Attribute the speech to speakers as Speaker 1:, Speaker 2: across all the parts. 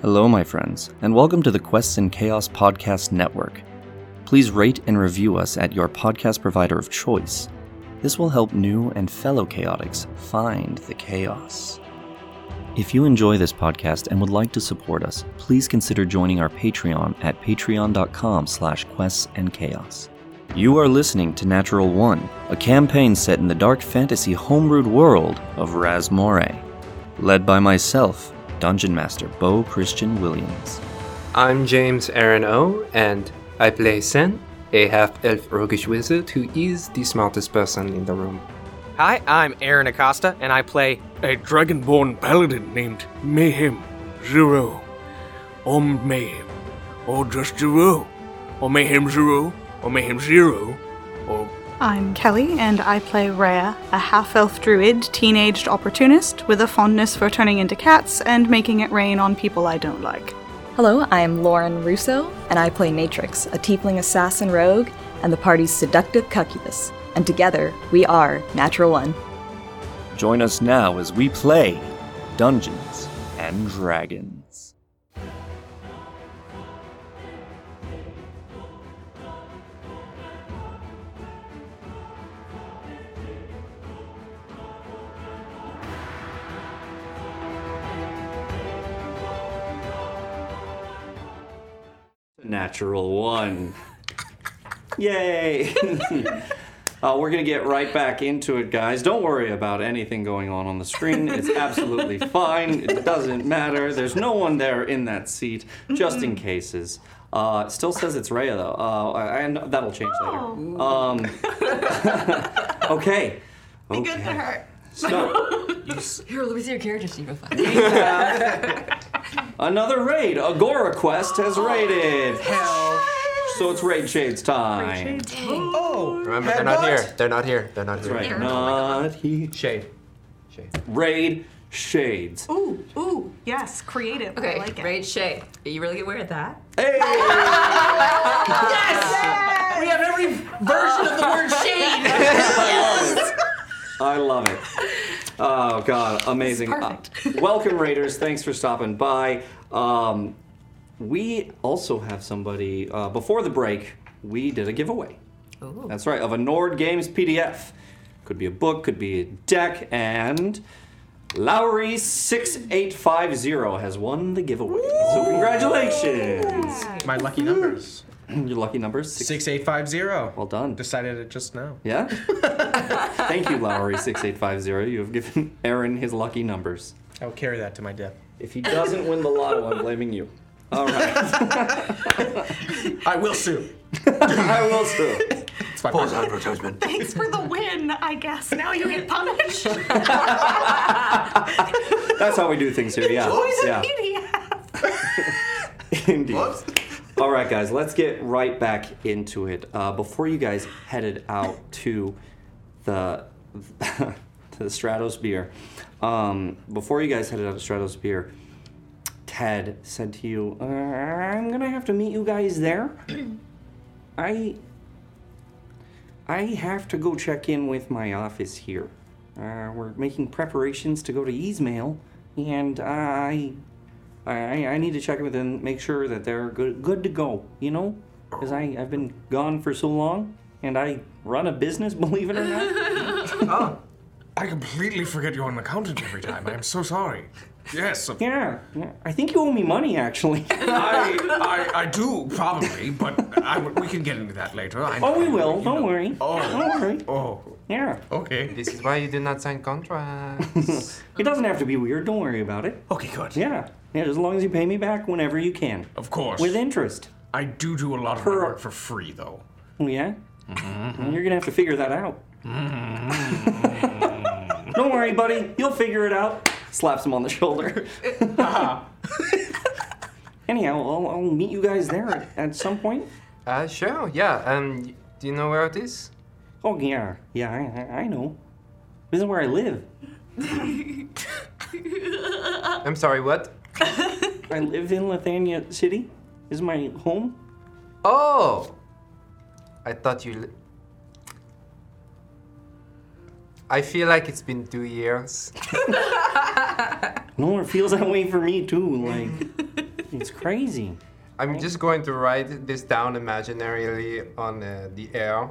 Speaker 1: Hello, my friends, and welcome to the Quests and Chaos Podcast Network. Please rate and review us at your podcast provider of choice. This will help new and fellow chaotics find the chaos. If you enjoy this podcast and would like to support us, please consider joining our Patreon at patreon.com slash quests and chaos. You are listening to Natural One, a campaign set in the dark fantasy homebrewed world of Razmore, led by myself, Dungeon Master Bo Christian Williams.
Speaker 2: I'm James Aaron O, and I play Sen, a half elf roguish wizard who is the smartest person in the room.
Speaker 3: Hi, I'm Aaron Acosta, and I play.
Speaker 4: a dragonborn paladin named Mayhem Zero. Or Mayhem. Or just Zero. Or Mayhem Zero. Or Mayhem Zero. Or
Speaker 5: I'm Kelly, and I play Rhea, a half elf druid, teenaged opportunist with a fondness for turning into cats and making it rain on people I don't like.
Speaker 6: Hello, I am Lauren Russo, and I play Matrix, a tiefling assassin rogue, and the party's seductive cuckubus. And together, we are Natural One.
Speaker 1: Join us now as we play Dungeons and Dragons. Natural one. Yay! Uh, we're going to get right back into it, guys. Don't worry about anything going on on the screen. It's absolutely fine. It doesn't matter. There's no one there in that seat, just in cases. Uh, it still says it's Rhea, though. Uh, and that'll change later. Um, okay. Be good to her. So,
Speaker 7: Here, let me see your character sheet real fast.
Speaker 1: another raid. Agora Quest has raided. Hell. So it's raid shades time.
Speaker 2: Remember, they're not here. They're not here. They're not here.
Speaker 1: Right, not he.
Speaker 2: Shade. Shade.
Speaker 1: Raid shades.
Speaker 5: Ooh, ooh, yes, creative.
Speaker 7: Okay,
Speaker 5: I like it.
Speaker 7: Raid Shay. Are you really good at that?
Speaker 1: Hey!
Speaker 7: We have every version of the word shade.
Speaker 1: I love it. Oh God, amazing! Uh, welcome, Raiders. Thanks for stopping by. Um, we also have somebody. Uh, before the break, we did a giveaway. That's right, of a Nord Games PDF. Could be a book, could be a deck, and Lowry six eight five zero has won the giveaway. So congratulations!
Speaker 8: My lucky numbers.
Speaker 1: Your lucky number six.
Speaker 8: 6850.
Speaker 1: Well done.
Speaker 8: Decided it just now.
Speaker 1: Yeah. Thank you, Lowry six eight five zero. You have given Aaron his lucky numbers.
Speaker 8: I will carry that to my death.
Speaker 1: If he doesn't win the lotto, I'm blaming you. All right,
Speaker 8: I will sue.
Speaker 1: I will sue.
Speaker 8: It's my
Speaker 4: Pause
Speaker 8: birthday.
Speaker 4: advertisement.
Speaker 5: Thanks for the win, I guess. Now you get punished.
Speaker 1: That's how we do things here. Yeah,
Speaker 5: Poison
Speaker 1: yeah,
Speaker 5: media.
Speaker 1: indeed. All right, guys, let's get right back into it. Uh, before you guys headed out to the to the Stratos beer, um, before you guys headed out to Stratos beer, Ted said to you, uh, "I'm gonna have to meet you guys there. I I have to go check in with my office here. Uh, we're making preparations to go to Ismail, and I, I, I need to check in with them, make sure that they're good, good to go. You know, because I I've been gone for so long, and I run a business, believe it or not.
Speaker 8: I completely forget you're an accountant every time. I am so sorry. Yes, of-
Speaker 1: yeah, yeah, I think you owe me money actually.
Speaker 8: I, I, I do, probably, but I, we can get into that later. I
Speaker 1: oh, we
Speaker 8: know,
Speaker 1: will.
Speaker 8: you
Speaker 1: Don't
Speaker 8: know.
Speaker 1: worry. Don't
Speaker 8: Oh,
Speaker 1: worry.
Speaker 8: oh,
Speaker 1: Yeah,
Speaker 8: okay.
Speaker 2: This is why you did not sign contracts.
Speaker 1: it doesn't have to be weird. Don't worry about it.
Speaker 8: Okay, good.
Speaker 1: Yeah, yeah, as long as you pay me back whenever you can,
Speaker 8: Of course.
Speaker 1: with interest.
Speaker 8: I do do a lot of my work for free, though. Mm-hmm.
Speaker 1: Oh, Yeah? Well, You're going to have to figure that out.
Speaker 8: Mm-hmm.
Speaker 1: Don't worry, buddy. You'll figure it out. Slaps him on the shoulder.
Speaker 8: Anyhow, I'll, I'll meet you guys there at, at some point.
Speaker 2: Uh, sure, yeah. Um, y- do you know where it is?
Speaker 8: Oh yeah, yeah, I, I- I know. This is where I live.
Speaker 2: I'm sorry, what?
Speaker 8: I live in Lithania City. This is my home.
Speaker 2: Oh! I thought you. Li- I feel like it's been two years.
Speaker 8: No, it feels that way for me too. Like it's crazy.
Speaker 2: I'm just going to write this down imaginarily on uh, the air.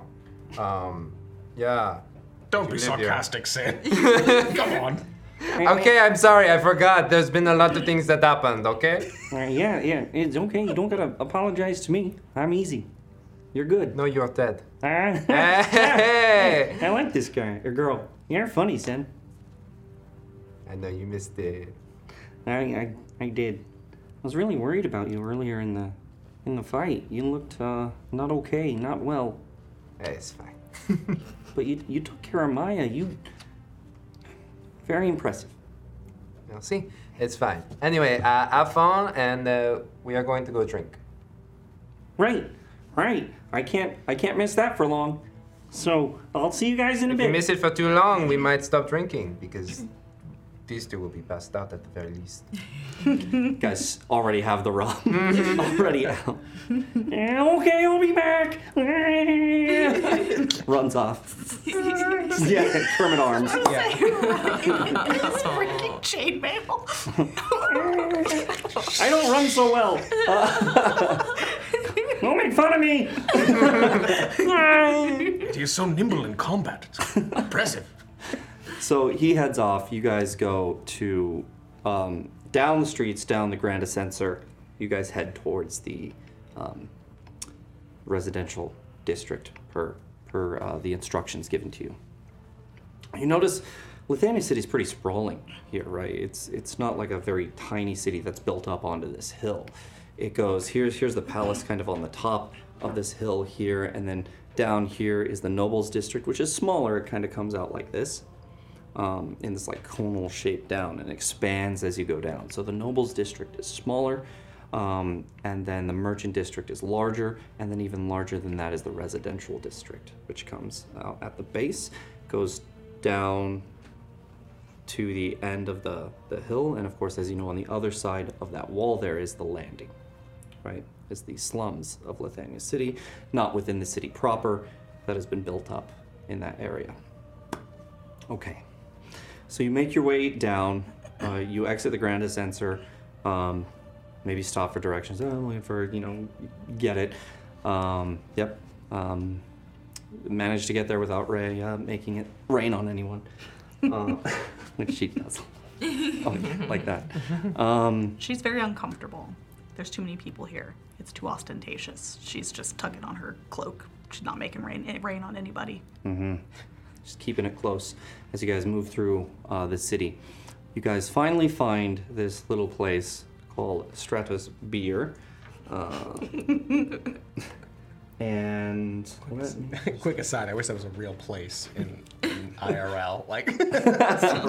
Speaker 2: Um, yeah.
Speaker 9: Don't be
Speaker 2: live here.
Speaker 9: sarcastic, Sid. Come on.
Speaker 2: Okay, I'm sorry, I forgot. There's been a lot of things that happened, okay?
Speaker 8: Uh, yeah, yeah, it's okay. You don't gotta apologize to me. I'm easy. You're good.
Speaker 2: No, you're dead.
Speaker 8: Ah,
Speaker 2: Hey!
Speaker 8: I like this guy or girl. You're funny, son.
Speaker 2: I know you missed it.
Speaker 8: I, I, I did. I was really worried about you earlier in the, in the fight. You looked uh, not okay, not well.
Speaker 2: Eh, It's fine.
Speaker 8: But you, you took care of Maya. You, very impressive.
Speaker 2: You'll see. It's fine. Anyway, uh, have fun, and uh, we are going to go drink.
Speaker 8: Right, right. I can't, I can't miss that for long. So I'll see you guys in a
Speaker 2: If
Speaker 8: bit.
Speaker 2: we miss it for too long, we might stop drinking because these two will be passed out at the very least.
Speaker 8: guys already have the rum already out. "Yeah, okay, I'll be back. Runs off. yeah, Kermit arms.
Speaker 5: Freaking chainmail.
Speaker 8: I don't run so well. Uh, don't make fun of me.
Speaker 9: He is so nimble in combat. It's impressive.
Speaker 8: So he heads off. You guys go to um, down the streets, down the Grand Ascensor. You guys head towards the um, residential district per per uh, the instructions given to you. You notice Lithania City's pretty sprawling here, right? It's it's not like a very tiny city that's built up onto this hill. It goes here's here's the palace kind of on the top of this hill here, and then down here is the nobles district, which is smaller. It kind of comes out like this, um, in this like conal shape down, and expands as you go down. So the nobles district is smaller, um, and then the merchant district is larger, and then even larger than that is the residential district, which comes out at the base, goes down to the end of the, the hill, and of course, as you know, on the other side of that wall there is the landing, right? It's the slums of Lithania City, not within the city proper, that has been built up in that area. Okay. So you make your way down. Uh, you exit the Grand Ascensor. Um, maybe stop for directions. Oh, I'm looking for, you know, get it. Um, yep. Um, managed to get there without Ray uh, making it rain on anyone. Uh, like she does. Oh, yeah, like that. Um,
Speaker 5: She's very uncomfortable. There's too many people here. It's too ostentatious. She's just tugging on her cloak. She's not making rain it rain on anybody.
Speaker 8: Mm-hmm. just keeping it close as you guys move through uh, the city. You guys finally find this little place called Stratus Beer. Uh, and let me-
Speaker 9: Quick aside, I wish that was a real place in, in IRL. Like,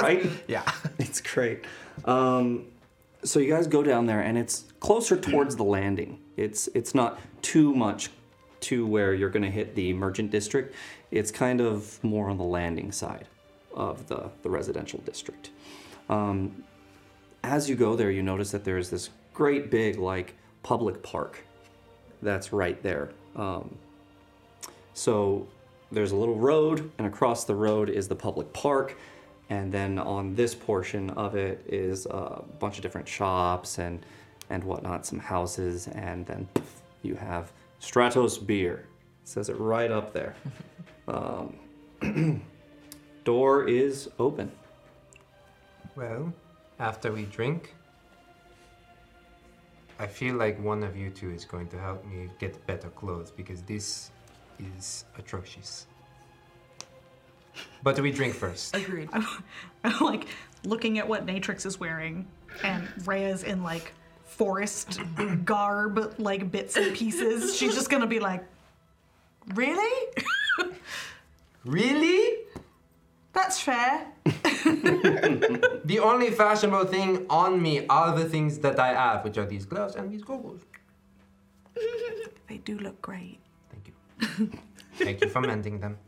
Speaker 8: right?
Speaker 9: yeah.
Speaker 8: It's great. Um, so you guys go down there, and it's closer towards the landing. It's it's not too much to where you're going to hit the merchant district. It's kind of more on the landing side of the the residential district. Um, as you go there, you notice that there is this great big like public park that's right there. Um, so there's a little road, and across the road is the public park. And then on this portion of it is a bunch of different shops and and whatnot, some houses, and then poof, you have Stratos Beer. It says it right up there. Um, door is open.
Speaker 2: Well, after we drink, I feel like one of you two is going to help me get better clothes because this is atrocious. But we drink first.
Speaker 7: Agreed.
Speaker 5: I'm like looking at what Natrix is wearing, and Rhea's in like forest garb, like bits and pieces. She's just gonna be like, Really?
Speaker 2: Really?
Speaker 5: That's fair.
Speaker 2: The only fashionable thing on me are the things that I have, which are these gloves and these goggles.
Speaker 5: They do look great.
Speaker 2: Thank you for mending them.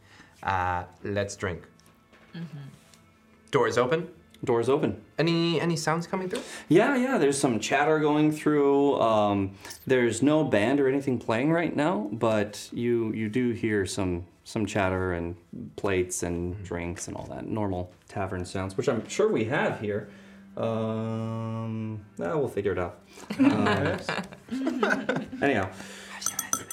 Speaker 2: Uh, let's drink.
Speaker 5: Mm-hmm.
Speaker 2: Door is open.
Speaker 8: Doors open.
Speaker 2: Any any sounds coming through?
Speaker 4: Oh,
Speaker 8: Yeah, yeah. There's some chatter going through. Um, there's no band or anything playing right now, but you you do hear some some chatter and plates and drinks and all that normal tavern sounds, which I'm sure we have here. Um, nah, we'll figure it out. Um, anyhow,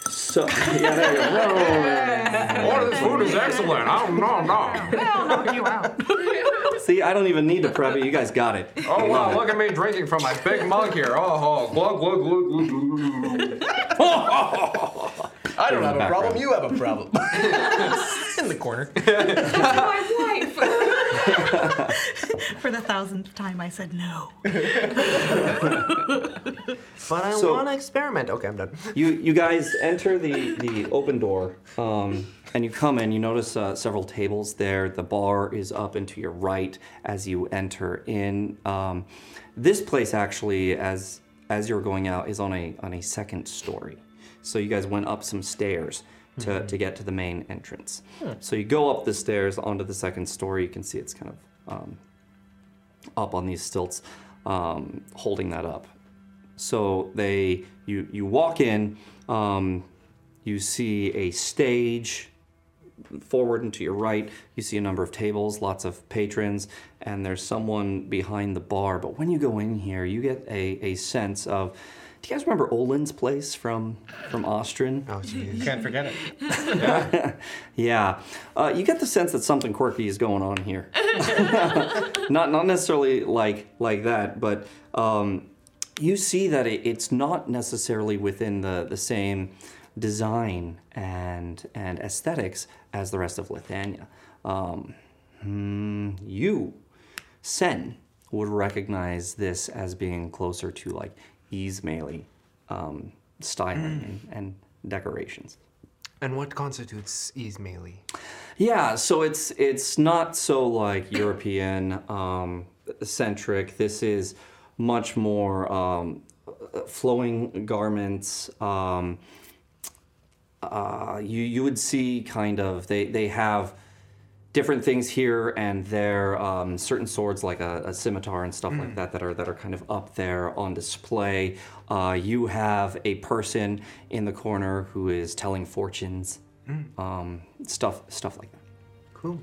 Speaker 8: so yeah, there you go.
Speaker 4: Boy, this food is excellent. I don't know, no.
Speaker 5: They'll knock you out.
Speaker 8: See, I don't even need to prep it. You guys got it.
Speaker 4: Oh, wow,
Speaker 8: Love it.
Speaker 4: look at me drinking from my big mug here. Oh, oh, glug, glug, glug, glug, glug, glug, glug.
Speaker 10: I don't
Speaker 8: In the
Speaker 10: have a
Speaker 8: background.
Speaker 10: problem. You have a problem. In the corner.
Speaker 5: My wife. For the thousandth time, I said no.
Speaker 2: But I
Speaker 8: So-
Speaker 2: want to experiment. Okay, I'm done.
Speaker 8: you you guys enter the the open door um, and you come in you notice uh, several tables there the bar is up and to your right as you enter in um, this place actually as as you're going out is on a on a second story so you guys went up some stairs to, to get to the main entrance so you go up the stairs onto the second story you can see it's kind of um, up on these stilts um, holding that up so they you you walk in, um, you see a stage forward and to your right. You see a number of tables, lots of patrons, and there's someone behind the bar. But when you go in here, you get a, a sense of. Do you guys remember Olin's place from from Ostrin?
Speaker 2: Oh, jeez.
Speaker 10: Can't forget it.
Speaker 8: Yeah, uh, you get the sense that something quirky is going on here. not not necessarily like like that, but um, you see that it, it's not necessarily within the the same design and and aesthetics as the rest of Lithania. Um, hmm, you, Sen, would recognize this as being closer to like Ismaili um, styling and, and decorations.
Speaker 2: And what constitutes Ismaili?
Speaker 8: Yeah, so it's it's not so like European um, centric. This is much more um, flowing garments. Um, uh, you you would see kind of they they have different things here and there. Um, certain swords like a, a scimitar and stuff like that that are that are kind of up there on display. Uh, you have a person in the corner who is telling fortunes, um, stuff stuff like that.
Speaker 2: Cool.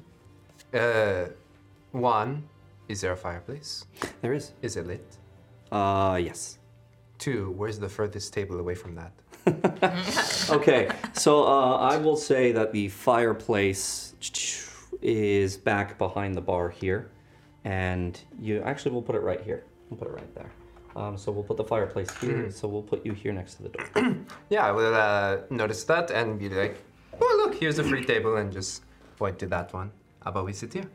Speaker 2: Uh, one, is there a fireplace?
Speaker 8: There is.
Speaker 2: Is it lit?
Speaker 8: Uh, yes.
Speaker 2: Two, where's the furthest table away from that?
Speaker 8: Okay, so uh, I will say that the fireplace is back behind the bar here, and you actually we'll put it right here. We'll put it right there. Um, so we'll put the fireplace here. So we'll put you here next to the door.
Speaker 2: Yeah, I will uh, notice that and be like, oh, look, here's a free table, and just point to that one. How about we sit here?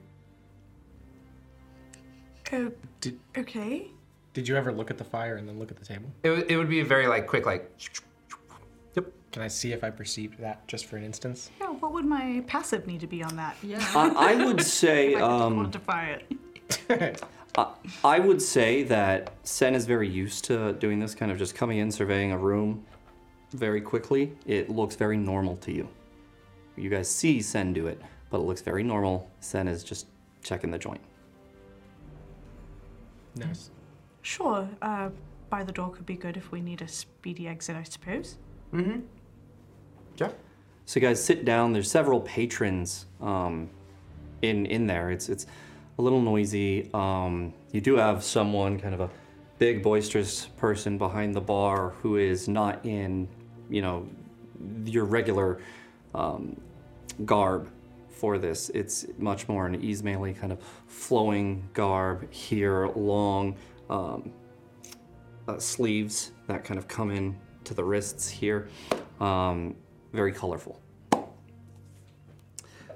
Speaker 5: Oh,
Speaker 10: Did-
Speaker 5: okay.
Speaker 10: Did you ever look at the fire and then look at the table?
Speaker 2: It, would- it would be very like quick, like, yep.
Speaker 10: Can I see if I perceived that just for an instance?
Speaker 5: Yeah, what would my passive need to be on that? Yeah.
Speaker 8: I, I would say um,
Speaker 5: Quantify it.
Speaker 8: I would say that Sen is very used to doing this kind of just coming in, surveying a room very quickly. It looks very normal to you. You guys see Sen do it, but it looks very normal. Sen is just checking the joint.
Speaker 10: Nice.
Speaker 5: Sure. Uh, by the door could be good if we need a speedy exit, I suppose.
Speaker 2: Yeah.
Speaker 8: So you guys sit down. There's several patrons um, in in there. It's it's a little noisy. Um, you do have someone kind of a big boisterous person behind the bar who is not in you know your regular um, garb for this. It's much more an Ismaili kind of flowing garb here, long um, uh, sleeves that kind of come in to the wrists here. Um, very colorful.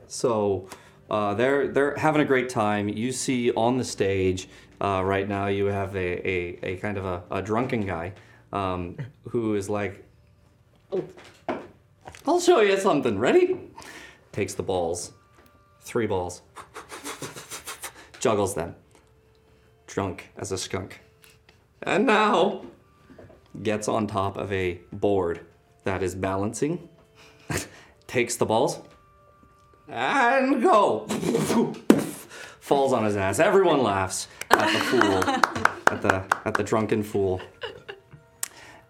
Speaker 8: So uh, they're they're having a great time. You see on the stage uh, right now, you have a, a, a kind of a, a drunken guy um, who is like, oh, "I'll show you something. Ready?" Takes the balls, three balls, juggles them. shrunk as a skunk. And now gets on top of a board that is balancing, takes the balls, and go. Falls on his ass. Everyone laughs at the fool, at the at the drunken fool.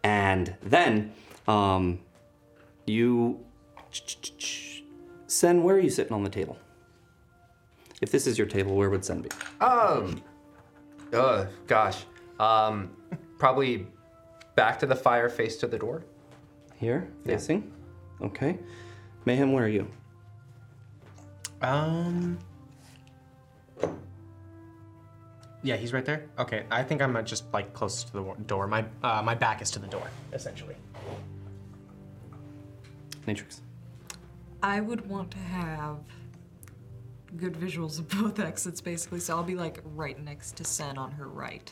Speaker 8: And then, um, you, Sen, where are you sitting on the table? If this is your table, where would Sen be?
Speaker 2: Um. Oh gosh. Um. Probably back to the fire, face to the door.
Speaker 8: Here, facing. Okay. Mayhem, where are you?
Speaker 2: Um.
Speaker 1: Yeah, he's right there. Okay, I think I'm uh, just like close to the wa- door. My uh, my back is to the door, essentially.
Speaker 8: Matrix.
Speaker 6: I would want to have good visuals of both exits, basically. So I'll be like right next to Sen on her right.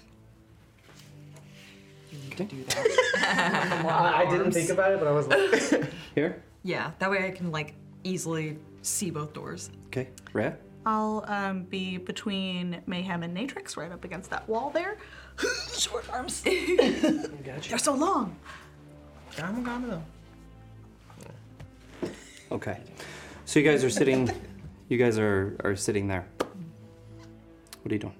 Speaker 6: You need to do that.
Speaker 1: I didn't think about it, but I was like,
Speaker 8: here.
Speaker 6: Yeah, that way I can like easily see both doors.
Speaker 8: Okay. Rhea?
Speaker 5: I'll um, be between Mayhem and Natrix, right up against that wall there. Short arms. They're so long.
Speaker 8: Okay. So you guys are sitting. you guys are are sitting there. What are you doing?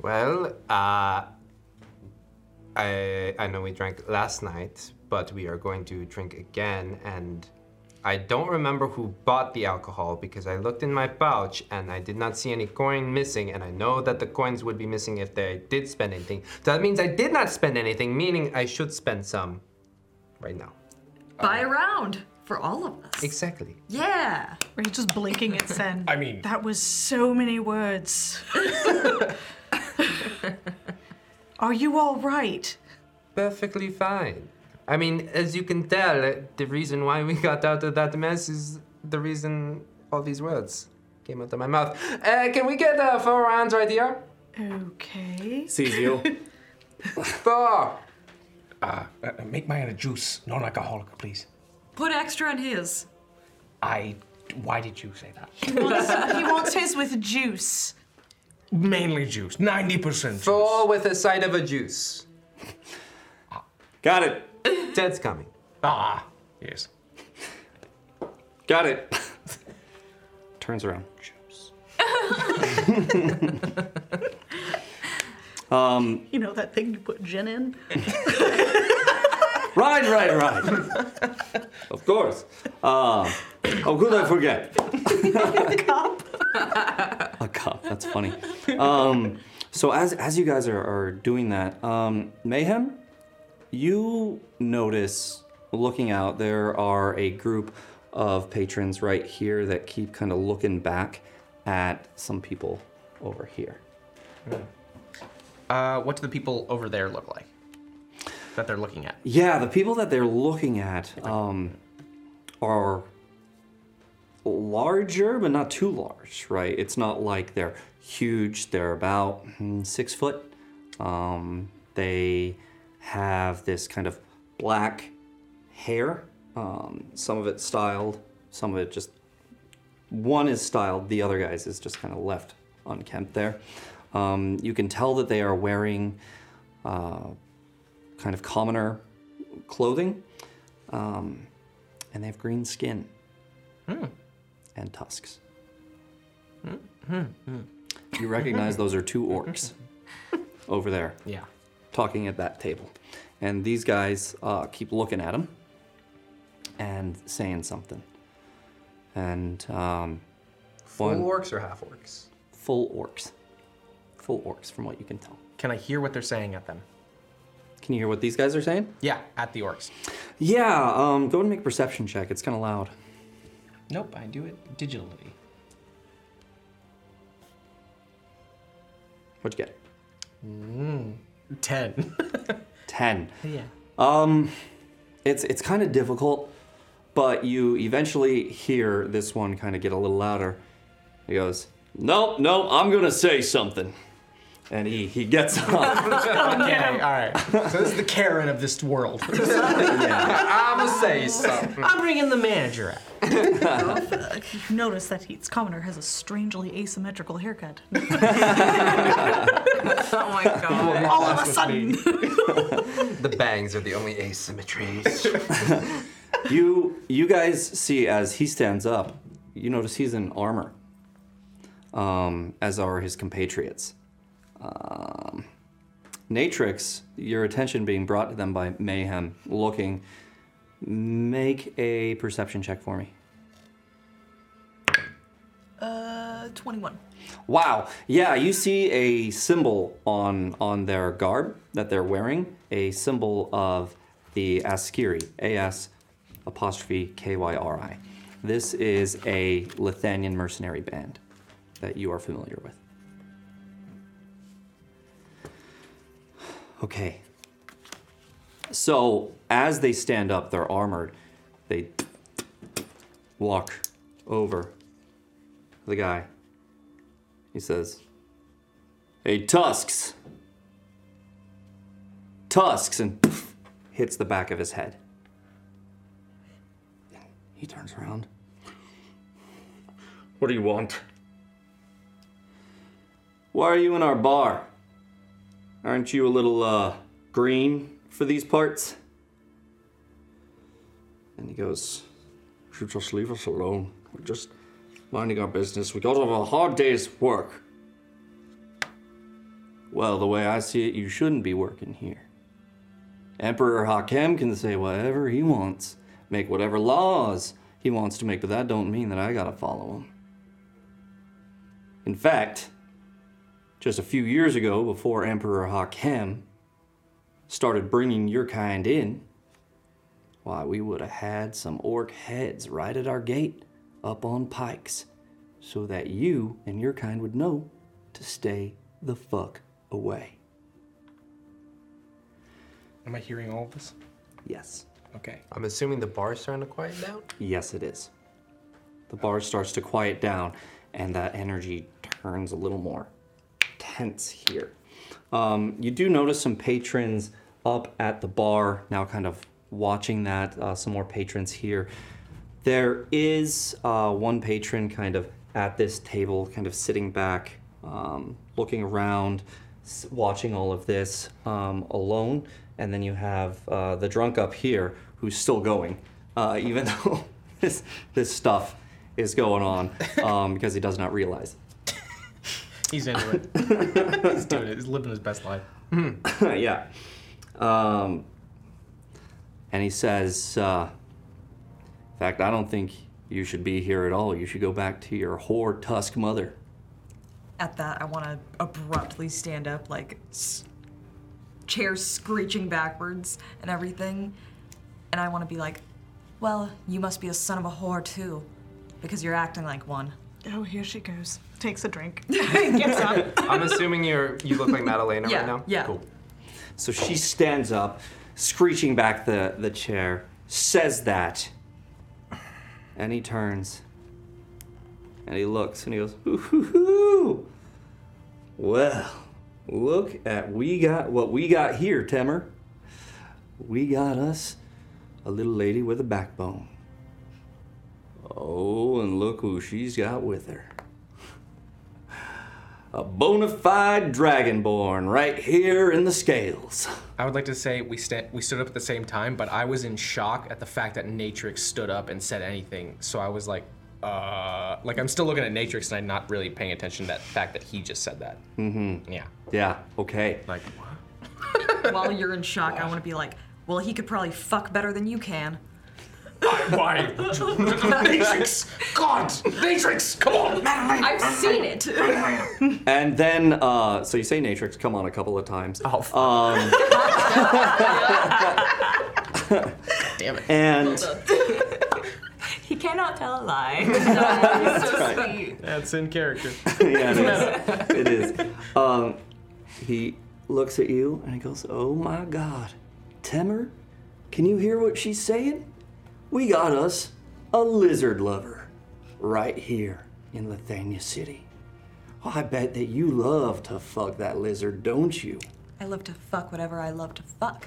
Speaker 2: Well, uh, I I know we drank last night, but we are going to drink again, and I don't remember who bought the alcohol because I looked in my pouch and I did not see any coin missing, and I know that the coins would be missing if they did spend anything. So that means I did not spend anything, meaning I should spend some right now.
Speaker 6: Buy a round for all of us.
Speaker 2: Exactly.
Speaker 6: Yeah.
Speaker 5: Were you just blinking at Sen?
Speaker 2: I mean-
Speaker 5: that was so many words. Are you all right?
Speaker 2: Perfectly fine. I mean, as you can tell, eh, the reason why we got out of that mess is the reason all these words came out of my mouth. Uh, can we get uh, four rounds right here?
Speaker 5: Okay.
Speaker 8: Sees you.
Speaker 2: four.
Speaker 4: Uh, uh, make mine a juice, non-alcoholic, please.
Speaker 6: Put extra on his.
Speaker 4: I. Why did you say that?
Speaker 5: He wants, he wants his with juice.
Speaker 4: Mainly juice, ninety percent.
Speaker 2: Four with a side of a juice.
Speaker 8: Got it.
Speaker 2: Ted's coming.
Speaker 4: Ah, yes.
Speaker 8: Got it. Turns around. um,
Speaker 5: You know that thing you put gin in?
Speaker 8: right, right, right. of course. Uh, how could I forget? a cup. That's funny. Um, so as as you guys are, are doing that, um, mayhem, you notice looking out there are a group of patrons right here that keep kind of looking back at some people over here.
Speaker 1: uh, what do the people over there look like that they're looking at?
Speaker 8: Yeah, the people that they're looking at um, are larger, but not too large, right? It's not like they're huge. They're about mm, six foot. Um, they have this kind of black hair. Um, some of it styled, some of it just. One is styled, the other guy's is just kind of left unkempt there. Um, you can tell that they are wearing uh, kind of commoner clothing, um, and they have green skin and tusks. You recognize those are two orcs over there.
Speaker 1: Yeah.
Speaker 8: Talking at that table. And these guys uh, keep looking at him and saying something. And um,
Speaker 2: Full
Speaker 8: one-
Speaker 2: orcs or half orcs?
Speaker 8: Full orcs. Full orcs, from what you can tell.
Speaker 1: Can I hear what they're saying at them?
Speaker 8: Can you hear what these guys are saying?
Speaker 1: Yeah, at the orcs.
Speaker 8: Yeah, um, go and make a perception check. It's kind of loud.
Speaker 1: Nope, I do it digitally.
Speaker 8: What'd you get?
Speaker 1: Mm, Ten.
Speaker 8: 10.
Speaker 1: Yeah.
Speaker 8: Um, it's it's kind of difficult, but you eventually hear this one kind of get a little louder. He goes, "No, no, I'm gonna say something," and he he gets up.
Speaker 1: okay, all right. So this is the Karen of this world.
Speaker 2: I'm gonna say something.
Speaker 1: I'm bringing the manager out.
Speaker 5: Notice that each commoner has a strangely asymmetrical haircut.
Speaker 6: oh my god.
Speaker 5: All of a sudden.
Speaker 2: the bangs are the only asymmetries.
Speaker 8: you you guys see as he stands up, you notice he's in armor, um, as are his compatriots. Um, Natrix, your attention being brought to them by mayhem, looking, make a perception check for me.
Speaker 5: Uh, 21.
Speaker 8: Wow. Yeah, you see a symbol on on their garb that they're wearing, a symbol of the Askiri, A S apostrophe K Y R I. This is a Lithanian mercenary band that you are familiar with. Okay. So as they stand up, they're armored. They walk over to the guy. He says, Hey, Tusks! Tusks! And hits the back of his head. He turns around. What do you want? Why are you in our bar? Aren't you a little, uh, green for these parts?
Speaker 11: And he goes, "You just leave us alone. We're just minding our business. We got off a hard day's work.
Speaker 8: Well, the way I see it, you shouldn't be working here. Emperor Hakem can say whatever he wants, make whatever laws he wants to make, but that don't mean that I gotta follow him. In fact, just a few years ago, before Emperor Hakem started bringing your kind in, why, we would have had some orc heads right at our gate up on pikes so that you and your kind would know to stay the fuck away.
Speaker 1: Am I hearing all of this?
Speaker 8: Yes.
Speaker 1: Okay.
Speaker 2: I'm assuming the bar's starting to quiet down.
Speaker 8: Yes, it is. The bar starts to quiet down, and that energy turns a little more tense here. Um, you do notice some patrons up at the bar now, kind of watching that. Uh, some more patrons here. There is uh, one patron kind of at this table, kind of sitting back, um, looking around, s- watching all of this um, alone. And then you have uh, the drunk up here who's still going, uh, even though this, this stuff is going on um, because he does not realize.
Speaker 1: He's into it. He's doing it. He's living his best life.
Speaker 8: yeah. Um, and he says, uh, In fact, I don't think you should be here at all. You should go back to your whore tusk mother.
Speaker 6: At that, I want to abruptly stand up, like s- chairs screeching backwards and everything. And I want to be like, well, you must be a son of a whore too, because you're acting like one.
Speaker 5: Oh, here she goes. Takes a drink.
Speaker 2: I'm assuming you're you look like Madalena right now.
Speaker 6: Yeah.
Speaker 2: Cool.
Speaker 8: So she stands up, screeching back the, the chair, says that. And he turns and he looks and he goes, Ooh, hoo, hoo. Well, look at we got what we got here, Temmer. We got us a little lady with a backbone. Oh, and look who she's got with her. A bona fide dragonborn right here in the scales.
Speaker 1: I would like to say we sta- we stood up at the same time, but I was in shock at the fact that Natrix stood up and said anything. So I was like, uh, like I'm still looking at Natrix and I'm not really paying attention to that fact that he just said that.
Speaker 8: Mm-hmm.
Speaker 1: Yeah.
Speaker 8: Yeah, okay.
Speaker 1: Like,
Speaker 6: While you're in shock, I want to be like, well, he could probably fuck better than you can.
Speaker 4: Why? Matrix! God! Matrix! Come on! Madeline!
Speaker 6: I've seen it.
Speaker 8: And then, uh, so you say Natrix, come on a couple of times. Oh, um,
Speaker 6: Damn it.
Speaker 8: And-
Speaker 6: he cannot tell a lie.
Speaker 8: That's right.
Speaker 1: That's in character.
Speaker 8: yeah, it is. It is. Um, he looks at you and he goes, "Oh my God, Temmer, can you hear what she's saying? We got us a lizard lover right here in Lithania City. Oh, I bet that you love to fuck that lizard, don't you?"
Speaker 6: I love to fuck whatever I love to fuck.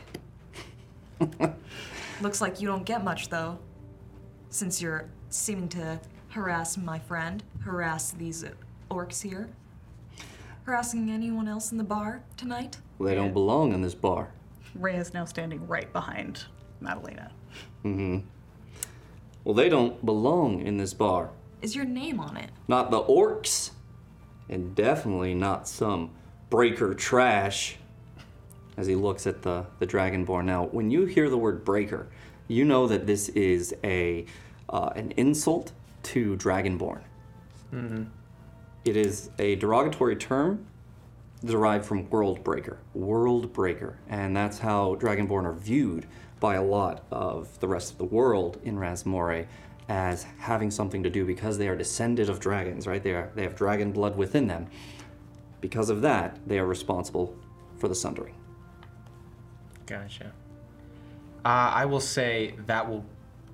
Speaker 6: Looks like you don't get much though.
Speaker 7: since you're seeming to harass my friend, harass these orcs here, harassing anyone else in the bar tonight.
Speaker 8: They don't belong in this bar.
Speaker 5: Ray is now standing right behind Madalena.
Speaker 8: Mm-hmm. Well, they don't belong in this bar.
Speaker 7: Is your name on it?
Speaker 8: Not the orcs, and definitely not some breaker trash. As he looks at the, the dragonborn. Now, when you hear the word breaker, you know that this is a uh, an insult to dragonborn. It is a derogatory term derived from world breaker, world breaker, and that's how dragonborn are viewed by a lot of the rest of the world in Rasmore as having something to do because they are descended of dragons, right? They are they have dragon blood within them. Because of that, they are responsible for the sundering.
Speaker 2: Gotcha. Uh, I will say that will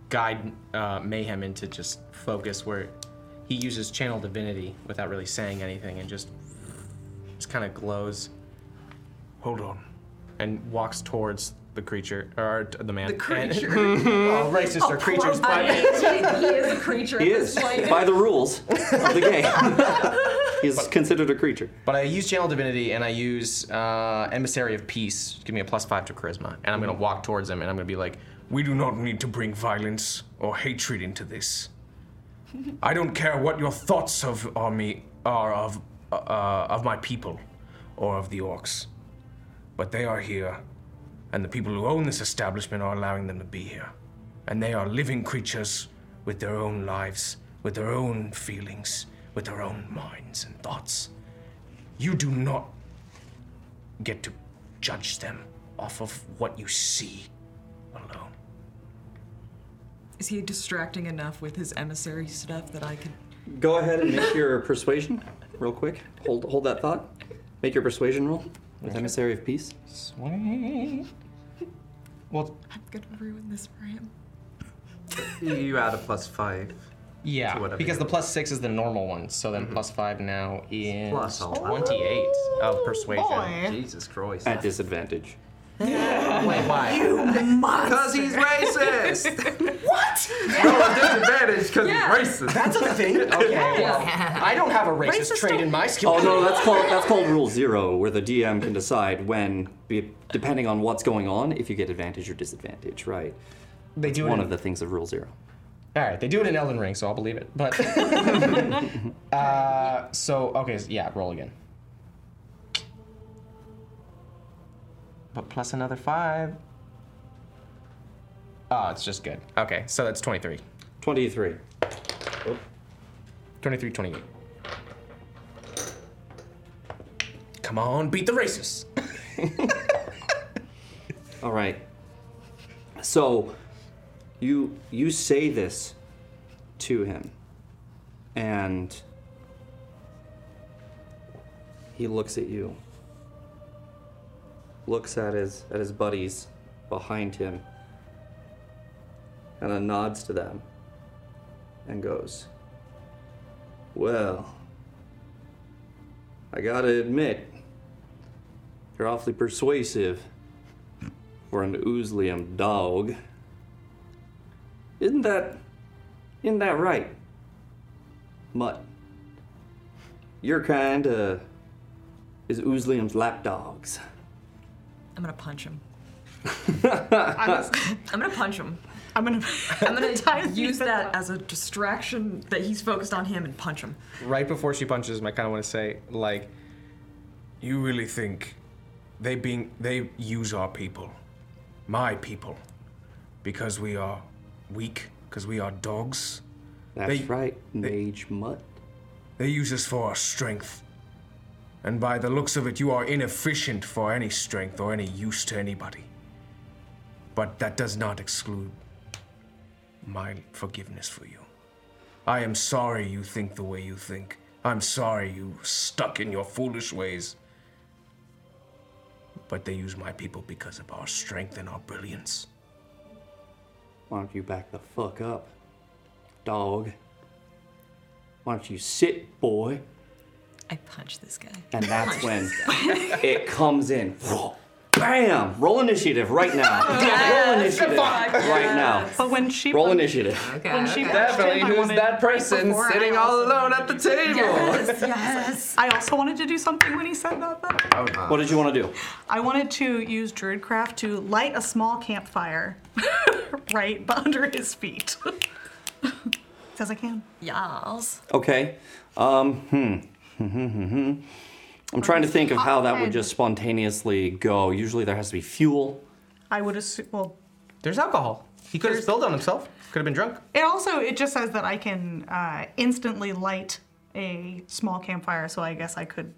Speaker 2: guide uh, Mayhem into just focus where he uses channel divinity without really saying anything and just just kind of glows.
Speaker 4: Hold on.
Speaker 2: And walks towards the creature or t- the man.
Speaker 7: The
Speaker 2: And-
Speaker 7: creature.
Speaker 2: oh, racist or creatures.
Speaker 7: I
Speaker 2: but-
Speaker 7: mean, he is a creature.
Speaker 8: He
Speaker 7: at
Speaker 8: is
Speaker 7: this point.
Speaker 8: by the rules of the game. he is considered a creature.
Speaker 2: But I use Channel Divinity and I use uh, Emissary of Peace. Give me a plus five to Charisma. And I'm going to walk towards him and I'm going to be like,
Speaker 4: We do not need to bring violence or hatred into this. I don't care what your thoughts of are me are of uh, of my people or of the orcs, but they are here, and the people who own this establishment are allowing them to be here, and they are living creatures with their own lives, with their own feelings, with their own minds and thoughts. You do not get to judge them off of what you see alone.
Speaker 7: Is he distracting enough with his emissary stuff that I could?
Speaker 8: Go ahead and make your persuasion real quick. Hold hold that thought. Make your persuasion roll with emissary of peace.
Speaker 2: Sweet. Well,
Speaker 7: I'm gonna ruin this for him.
Speaker 12: You add a plus five.
Speaker 2: yeah,
Speaker 12: whatever
Speaker 2: because the
Speaker 12: your-
Speaker 2: plus six is the normal one. So then plus five now is
Speaker 12: Plus a lot.
Speaker 2: 28 of Persuasion.
Speaker 12: boy. Jesus Christ.
Speaker 8: At disadvantage.
Speaker 2: Wait, why?
Speaker 12: Because he's racist. what? No, a disadvantage because
Speaker 2: Yeah.
Speaker 12: he's racist.
Speaker 2: That's a thing. Okay. well, I don't have a racist,
Speaker 12: Racist
Speaker 2: trait in my skill.
Speaker 8: Oh no, that's called that's called rule zero, where the DM can decide when, be- depending on what's going on, if you get advantage or disadvantage. Right.
Speaker 2: They
Speaker 8: It's
Speaker 2: do it
Speaker 8: one
Speaker 2: in-
Speaker 8: of the things of rule zero.
Speaker 2: All right, they do it in Elden Ring, so I'll believe it. But uh, so okay, so yeah, roll again. But plus another five. Oh, it's just good. Okay, so that's 23.
Speaker 8: 23.
Speaker 2: 23, 28. Come on, beat the racists.
Speaker 8: All right. So you you say this to him and he looks at you. Looks at his at his buddies behind him. Kind of nods to them and goes, "Well, I got to admit you're awfully persuasive." for an Oozlium dog. Isn't that isn't that right? Mutt. Your kind uh is Oozlium's lapdogs.
Speaker 7: I'm gonna punch him.
Speaker 5: I was,
Speaker 7: I'm gonna punch him.
Speaker 5: I'm gonna.
Speaker 7: I'm gonna use that as a distraction that he's focused on him and punch him.
Speaker 2: Right before she punches him, I kind of want to say, like,
Speaker 4: You really think they being they use our people, my people, because we are weak, because we are dogs.
Speaker 8: That's right, Mage Mutt.
Speaker 4: They use us for our strength. And by the looks of it, you are inefficient for any strength or any use to anybody. But that does not exclude my forgiveness for you. I am sorry you think the way you think. I'm sorry you stuck in your foolish ways. But they use my people because of our strength and our brilliance.
Speaker 8: Why don't you back the fuck up, dog? Why don't you sit, boy?
Speaker 7: I punch this guy.
Speaker 8: And that's when it comes in. Bam! Roll initiative right now. Roll initiative right now.
Speaker 5: But when she
Speaker 8: Roll initiative.
Speaker 5: Okay, When she okay. punched
Speaker 2: Definitely,
Speaker 5: him, I
Speaker 2: who's
Speaker 5: wanted-
Speaker 2: that person
Speaker 5: before I
Speaker 2: sitting all alone at the table?
Speaker 5: yes. I also wanted to do something when he said that. Though.
Speaker 8: What did you want to do?
Speaker 5: I wanted to use druidcraft to light a small campfire, right under his feet. Says I can.
Speaker 6: Yes.
Speaker 8: Okay. Um, hmm. Hmm, hmm, hmm, hmm. I'm trying to think of how that would just spontaneously go. Usually there has to be fuel.
Speaker 5: I would assume. Well,
Speaker 1: There's alcohol. He could have spilled on himself. Could have been drunk.
Speaker 5: it also it just says that I can uh, instantly light a small campfire, so I guess I could,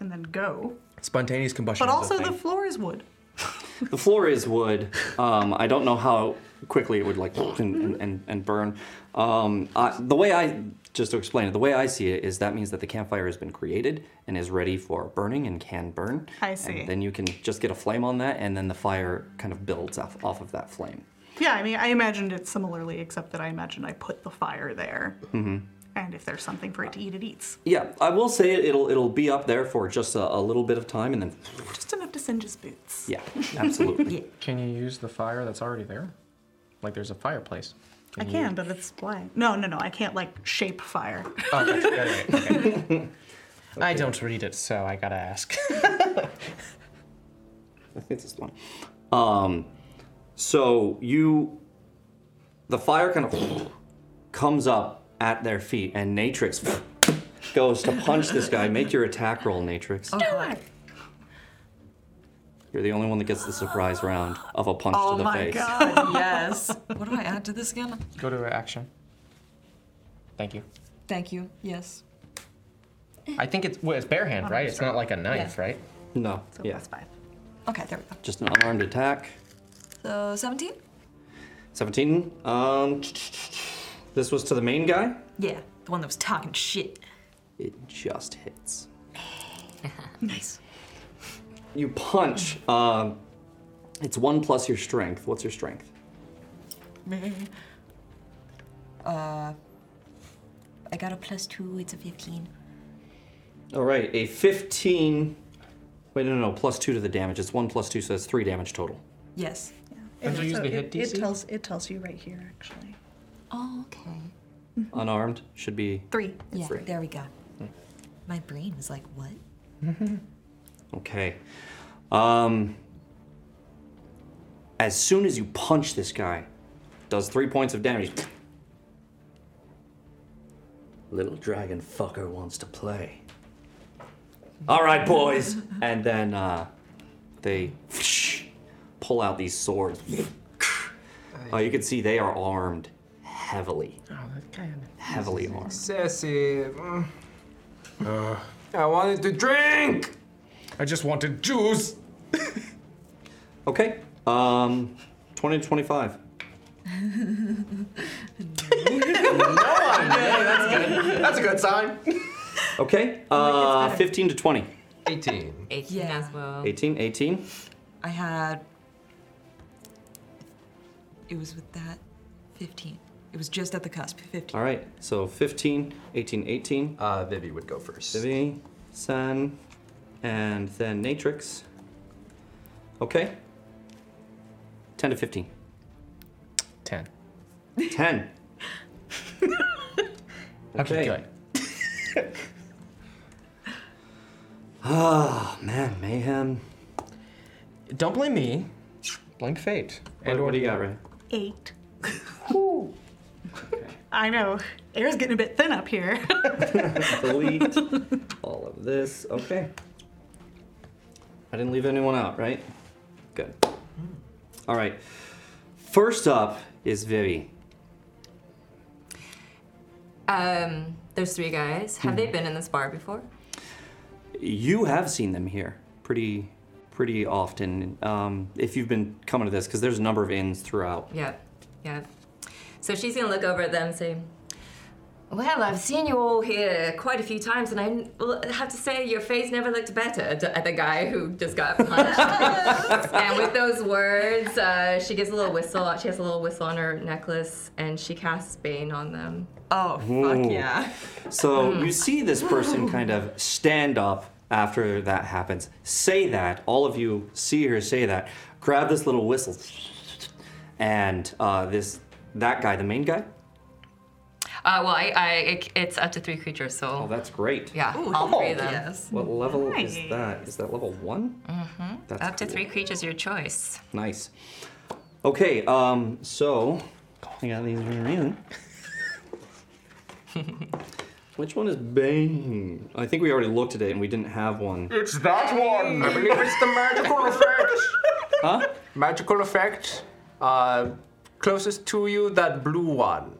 Speaker 5: and then go.
Speaker 1: Spontaneous combustion.
Speaker 5: But also the floor is wood.
Speaker 8: The floor is wood. Um, I don't know how quickly it would like and, and- and, and burn. Um, I, the way I just to explain it, the way I see it is that means that the campfire has been created and is ready for burning and can burn.
Speaker 5: I see.
Speaker 8: And then you can just get a flame on that, and then the fire kind of builds off, off of that flame.
Speaker 5: Yeah, I mean, I imagined it similarly, except that I imagined I put the fire there,
Speaker 8: hmm
Speaker 5: and if there's something for it to eat, it eats.
Speaker 8: Yeah, I will say it, it'll it'll be up there for just a, a little bit of time, and then
Speaker 5: Just enough to singe his boots.
Speaker 8: yeah, absolutely.
Speaker 1: Can you use the fire that's already there? Like there's a fireplace.
Speaker 5: I can, but that's why. No, no, no. I can't like shape fire.
Speaker 1: Oh, that's right, okay. I don't read it, so I gotta ask.
Speaker 8: I think this is the one. Um, so you, the fire kind of comes up at their feet, and Natrix goes to punch this guy. Make your attack roll, Natrix.
Speaker 7: Oh.
Speaker 6: God.
Speaker 8: You're the only one that gets the surprise round of a punch to the face.
Speaker 6: god, yes. What do I add to this again?
Speaker 1: Go to action. Thank you.
Speaker 6: Thank you. Yes.
Speaker 1: I think it's well, it's bare hand, right? It's not like a knife,
Speaker 6: Yeah.
Speaker 1: right?
Speaker 8: No. yeah.
Speaker 6: Okay, there we go.
Speaker 8: Just an unarmed attack.
Speaker 6: So 17?
Speaker 8: 17. Um, this was to the main guy.
Speaker 6: Yeah, the one that was talking shit.
Speaker 8: It just hits.
Speaker 6: nice.
Speaker 8: You punch. Um, it's one plus your strength. What's your strength?
Speaker 6: Me. Uh, I got a plus two. It's a fifteen.
Speaker 8: All right, a 15. Wait, no, no, no, plus two to the damage. It's one plus two, so that's three damage total.
Speaker 6: Yes.
Speaker 5: And
Speaker 1: Don't you
Speaker 5: also
Speaker 1: usually hit
Speaker 5: it, it
Speaker 1: DC?
Speaker 5: tells it tells you right here actually.
Speaker 6: Oh, okay.
Speaker 8: Unarmed should be.
Speaker 5: Three.
Speaker 6: Yeah,
Speaker 8: Three.
Speaker 6: there we go. My brain was like, what?
Speaker 8: Okay. Um, as soon as you punch this guy, does three points of damage. Little dragon fucker wants to play. All right, boys. and then uh, they pull out these swords. Uh, you can see they are armed heavily.
Speaker 1: Oh, that kind
Speaker 8: Heavily armed.
Speaker 2: Sassy. mm.
Speaker 4: Uh,
Speaker 2: I wanted to drink.
Speaker 4: I just wanted juice.
Speaker 8: Okay. Um, 20 to 25.
Speaker 2: that's good. That's a good sign.
Speaker 8: Okay. Uh, 15 to 20.
Speaker 2: 18.
Speaker 7: 18 as well.
Speaker 8: 18, 18.
Speaker 6: I had. It was with that, fifteen. It was just at the cusp, fifteen.
Speaker 8: All right. So 15, 18, 18.
Speaker 2: Uh, Vivi would go first.
Speaker 8: Vivi, San, and then Natrix. Okay. 10 to 15.
Speaker 1: 10.
Speaker 8: 10.
Speaker 1: Okay, good.
Speaker 8: Ah, man, mayhem.
Speaker 1: Don't blame me. Blame fate.
Speaker 8: What, what do you got, Ray?
Speaker 5: Eight. I know. Air's getting a bit thin up here.
Speaker 8: Delete all of this. Okay. I didn't leave anyone out, right? Good. All right. First up is Vivi.
Speaker 7: Um, there's three guys. Have
Speaker 6: Hmm.
Speaker 7: they been in this bar before?
Speaker 8: You have seen them here pretty, pretty often. Um, if you've been coming to this, because there's a number of inns throughout.
Speaker 7: Yep, yep. So she's gonna look over at them and say, Well, I've seen you all here quite a few times, and I n- l- have to say, your face never looked better to- at the guy who just got punched. and with those words, uh, she gives a little whistle. She has a little whistle on her necklace, and she casts Bane on them.
Speaker 6: Oh,
Speaker 8: Ooh. So you see this person kind of stand up, after that happens. Say that. All of you see her say that. Grab this little whistle, and uh, this that guy, the main guy.
Speaker 7: Uh, well, I, I, it, it's up to three creatures, so.
Speaker 8: Oh, that's great.
Speaker 7: Yeah, all three of them. Yes.
Speaker 8: What level is that? Is that level one?
Speaker 7: Mm-hmm.
Speaker 8: That's
Speaker 7: up to
Speaker 8: cool.
Speaker 7: three creatures, your choice.
Speaker 8: Nice. Okay, um, so I got these for a reason. Which one is Bane? I think we already looked at it and we didn't have one.
Speaker 13: It's that one.
Speaker 2: I believe it's the magical effect.
Speaker 8: Huh?
Speaker 2: Magical effect. Uh, closest to you, that blue one.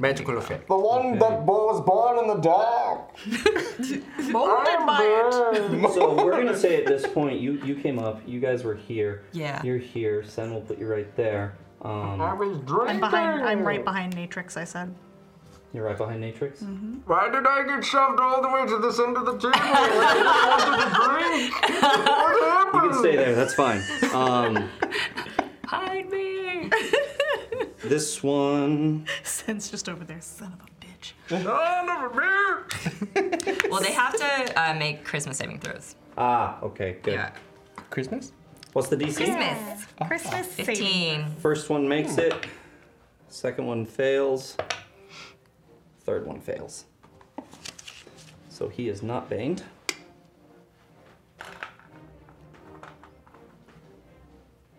Speaker 2: magical effect.
Speaker 14: The one that was born in the dark.
Speaker 5: Molded by
Speaker 8: so we're gonna say at this point, you you came up, you guys were here.
Speaker 5: Yeah.
Speaker 8: You're here. Sen will put you right there. Um,
Speaker 2: was
Speaker 5: I'm behind. I'm right behind Natrix. I said.
Speaker 8: You're right behind Natrix.
Speaker 14: Why did I get shoved all the way to this end of the table? I wanted to drink. What happened?
Speaker 8: You can stay there. That's fine. Um,
Speaker 7: Hide me.
Speaker 8: this one.
Speaker 5: Sen's just over there. Son of a.
Speaker 14: Son of a bitch.
Speaker 7: well, they have to uh, make Christmas saving throws.
Speaker 8: Ah, okay, good.
Speaker 7: Yeah.
Speaker 8: Christmas. What's the DC?
Speaker 7: Christmas.
Speaker 5: Christmas
Speaker 7: 15.
Speaker 8: First one makes it. Second one fails. Third one fails. So he is not baned.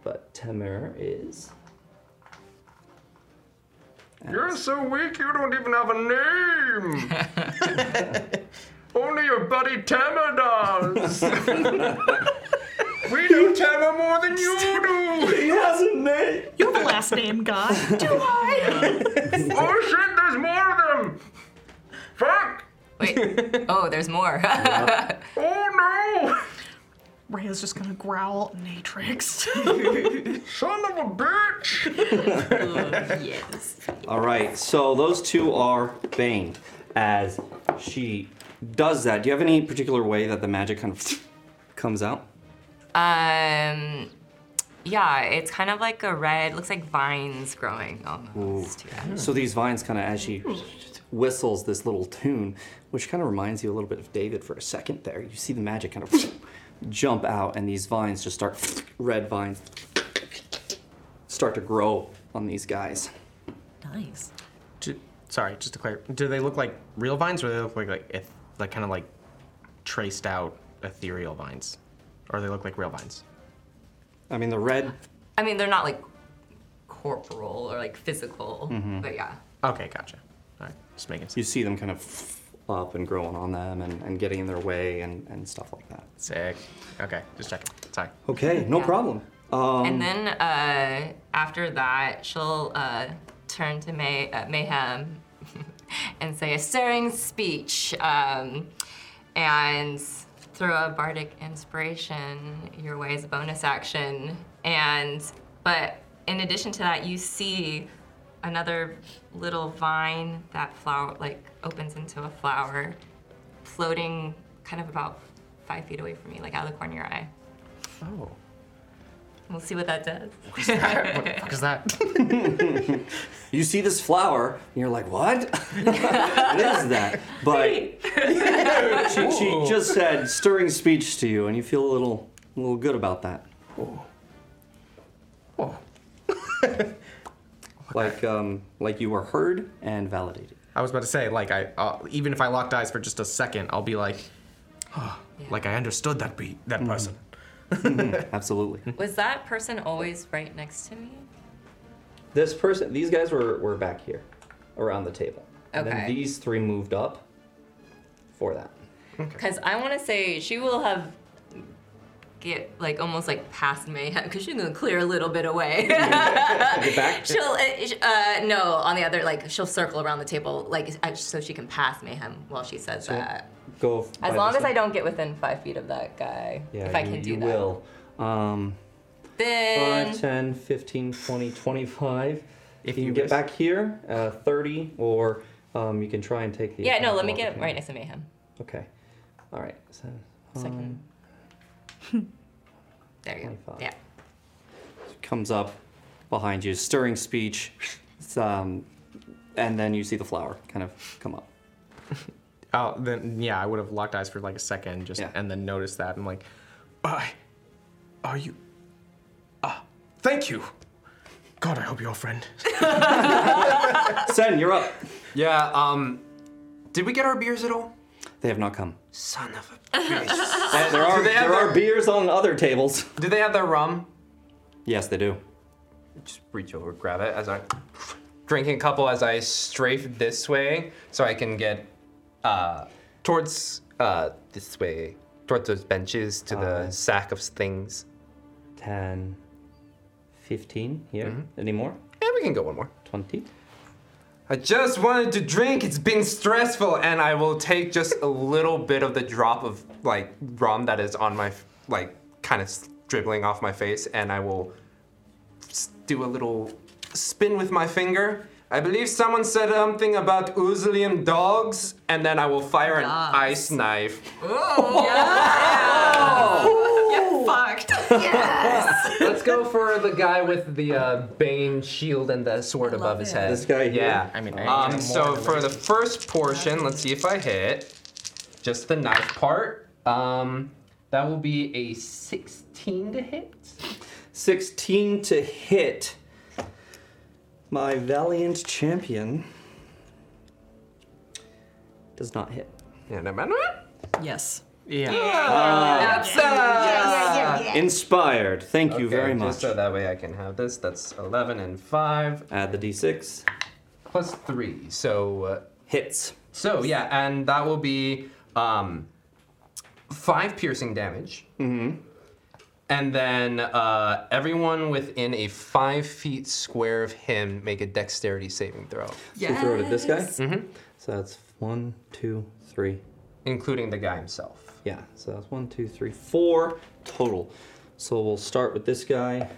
Speaker 8: But Temur is.
Speaker 14: You're so weak, you don't even have a name. Only your buddy Tama does. we know Tama more than you do.
Speaker 8: He has a name.
Speaker 5: You have a last name, God. Do I?
Speaker 14: oh shit, there's more of them. Fuck.
Speaker 7: Wait. Oh, there's more.
Speaker 14: Oh
Speaker 5: no. Rhea's just gonna growl. Natrix.
Speaker 14: Son of a bitch.
Speaker 7: yes.
Speaker 8: All right, so those two are baned as she does that. Do you have any particular way that the magic kind of comes out?
Speaker 7: Um, yeah, it's kind of like a red, looks like vines growing. Oh,
Speaker 8: Ooh. So these vines kind of, as she whistles this little tune, which kind of reminds you a little bit of David for a second there. You see the magic kind of jump out, and these vines just start, red vines start to grow on these guys.
Speaker 6: Nice.
Speaker 1: Do, sorry, just to clarify, do they look like real vines, or they look like like, eth- like kind of like traced out ethereal vines, or they look like real vines?
Speaker 8: I mean, the red.
Speaker 7: I mean, they're not like corporal or like physical,
Speaker 8: Mhm.
Speaker 7: but yeah.
Speaker 1: Okay, gotcha. All right, just making
Speaker 8: You see them kind of up and growing on them and, and getting in their way and, and stuff like that.
Speaker 1: Sick. Okay, just checking. Sorry.
Speaker 8: Okay, no
Speaker 7: Yeah.
Speaker 8: problem. Um,
Speaker 7: and then uh, after that, she'll uh, turn to May- uh, Mayhem and say a stirring speech um, and throw a bardic inspiration your way as a bonus action. And but in addition to that, you see another little vine that flower like opens into a flower, floating kind of about five feet away from you, like out of the corner of your eye.
Speaker 1: Oh.
Speaker 7: We'll see what that does.
Speaker 1: What the fuck is that?
Speaker 8: you see this flower, and you're like, what? what is that? But she, she just said stirring speech to you, and you feel a little, a little good about that. like, um, like you were heard and validated.
Speaker 1: I was about to say, like, I uh, even if I locked eyes for just a second, I'll be like, oh, like I understood that be that person.
Speaker 8: Absolutely.
Speaker 7: Was that person always right next to me?
Speaker 8: This person, these guys were, were back here, around the table. And then
Speaker 7: Okay.
Speaker 8: these three moved up for that.
Speaker 7: Because I want to say she will have get like almost like past mayhem because she's gonna clear a little bit away.
Speaker 8: Get back.
Speaker 7: she'll uh, sh- uh, no on the other like she'll circle around the table like uh, so she can pass mayhem while she says
Speaker 8: So
Speaker 7: that.
Speaker 8: Go. by
Speaker 7: uh, As
Speaker 8: this
Speaker 7: long as
Speaker 8: one.
Speaker 7: I don't get within five feet of that guy,
Speaker 8: Yeah,
Speaker 7: if I
Speaker 8: you,
Speaker 7: can do
Speaker 8: you
Speaker 7: that,
Speaker 8: will. Um,
Speaker 7: then
Speaker 8: 5, 10, 15, 20, 25. If you, can get back here, uh, 30, or um, you can try and take the.
Speaker 7: yeah no
Speaker 8: attack
Speaker 7: let me
Speaker 8: of
Speaker 7: get
Speaker 8: opportunity.
Speaker 7: right next to mayhem.
Speaker 8: Okay. All right. So,
Speaker 7: So I can- there you go.
Speaker 8: 25.
Speaker 7: Yeah.
Speaker 8: comes up behind you, stirring speech, um, and then you see the flower kind of come up.
Speaker 1: Oh, then yeah, I would have locked eyes for like a second, just and then noticed that and like, I, are you? Ah, thank you. God, I hope you're a friend.
Speaker 7: Uh.
Speaker 8: Sen, you're up.
Speaker 2: Yeah, um, did we get our beers at all?
Speaker 8: They have not come.
Speaker 2: Son of a.
Speaker 8: There- there are,
Speaker 2: Do they have
Speaker 8: there are
Speaker 2: their-
Speaker 8: beers on other tables.
Speaker 2: Do they have their rum?
Speaker 8: Yes, they do.
Speaker 2: Just reach over, grab it as I drinking a couple as I strafe this way, so I can get uh towards uh this way, towards those benches to the sack of things.
Speaker 8: 10, 15 here. Any more?
Speaker 2: Yeah, we can go one more.
Speaker 8: 20.
Speaker 2: I just wanted to drink. It's been stressful, and I will take just a little bit of the drop of like rum that is on my f- like kind of dribbling off my face, and I will s- do a little spin with my finger. I believe someone said something about oozlium dogs, and then I will fire an ice knife.
Speaker 7: Oh.
Speaker 6: Get fucked.
Speaker 2: Let's go for the guy with the uh, Bane shield and the sword above his head.
Speaker 8: This guy here?
Speaker 2: Yeah.
Speaker 8: I mean, I
Speaker 2: um,
Speaker 8: need
Speaker 2: so
Speaker 8: more.
Speaker 2: for the first portion, let's see if I hit just the knife part. Um, that will be a 16 to hit.
Speaker 8: 16 to hit. My valiant champion does not hit.
Speaker 2: Yeah, no matter
Speaker 6: Yes.
Speaker 8: Ah!
Speaker 1: Yeah.
Speaker 2: Ah!
Speaker 8: Inspired. Thank you
Speaker 2: uh, Okay,
Speaker 8: very
Speaker 2: just
Speaker 8: much.
Speaker 2: so that way I can have this. That's 11 and 5.
Speaker 8: Add the d6.
Speaker 2: Plus 3. So. Uh,
Speaker 8: Hits.
Speaker 2: So, yeah, and that will be um, 5 piercing damage.
Speaker 8: Mm-hmm.
Speaker 2: And then uh, everyone within a 5 feet square of him make a dexterity saving throw.
Speaker 8: So we throw it at this guy?
Speaker 2: Mm-hmm.
Speaker 8: So that's one, two, three.
Speaker 2: Including the guy himself.
Speaker 8: Yeah, so that's one, two, three, four total. So we'll start with this guy.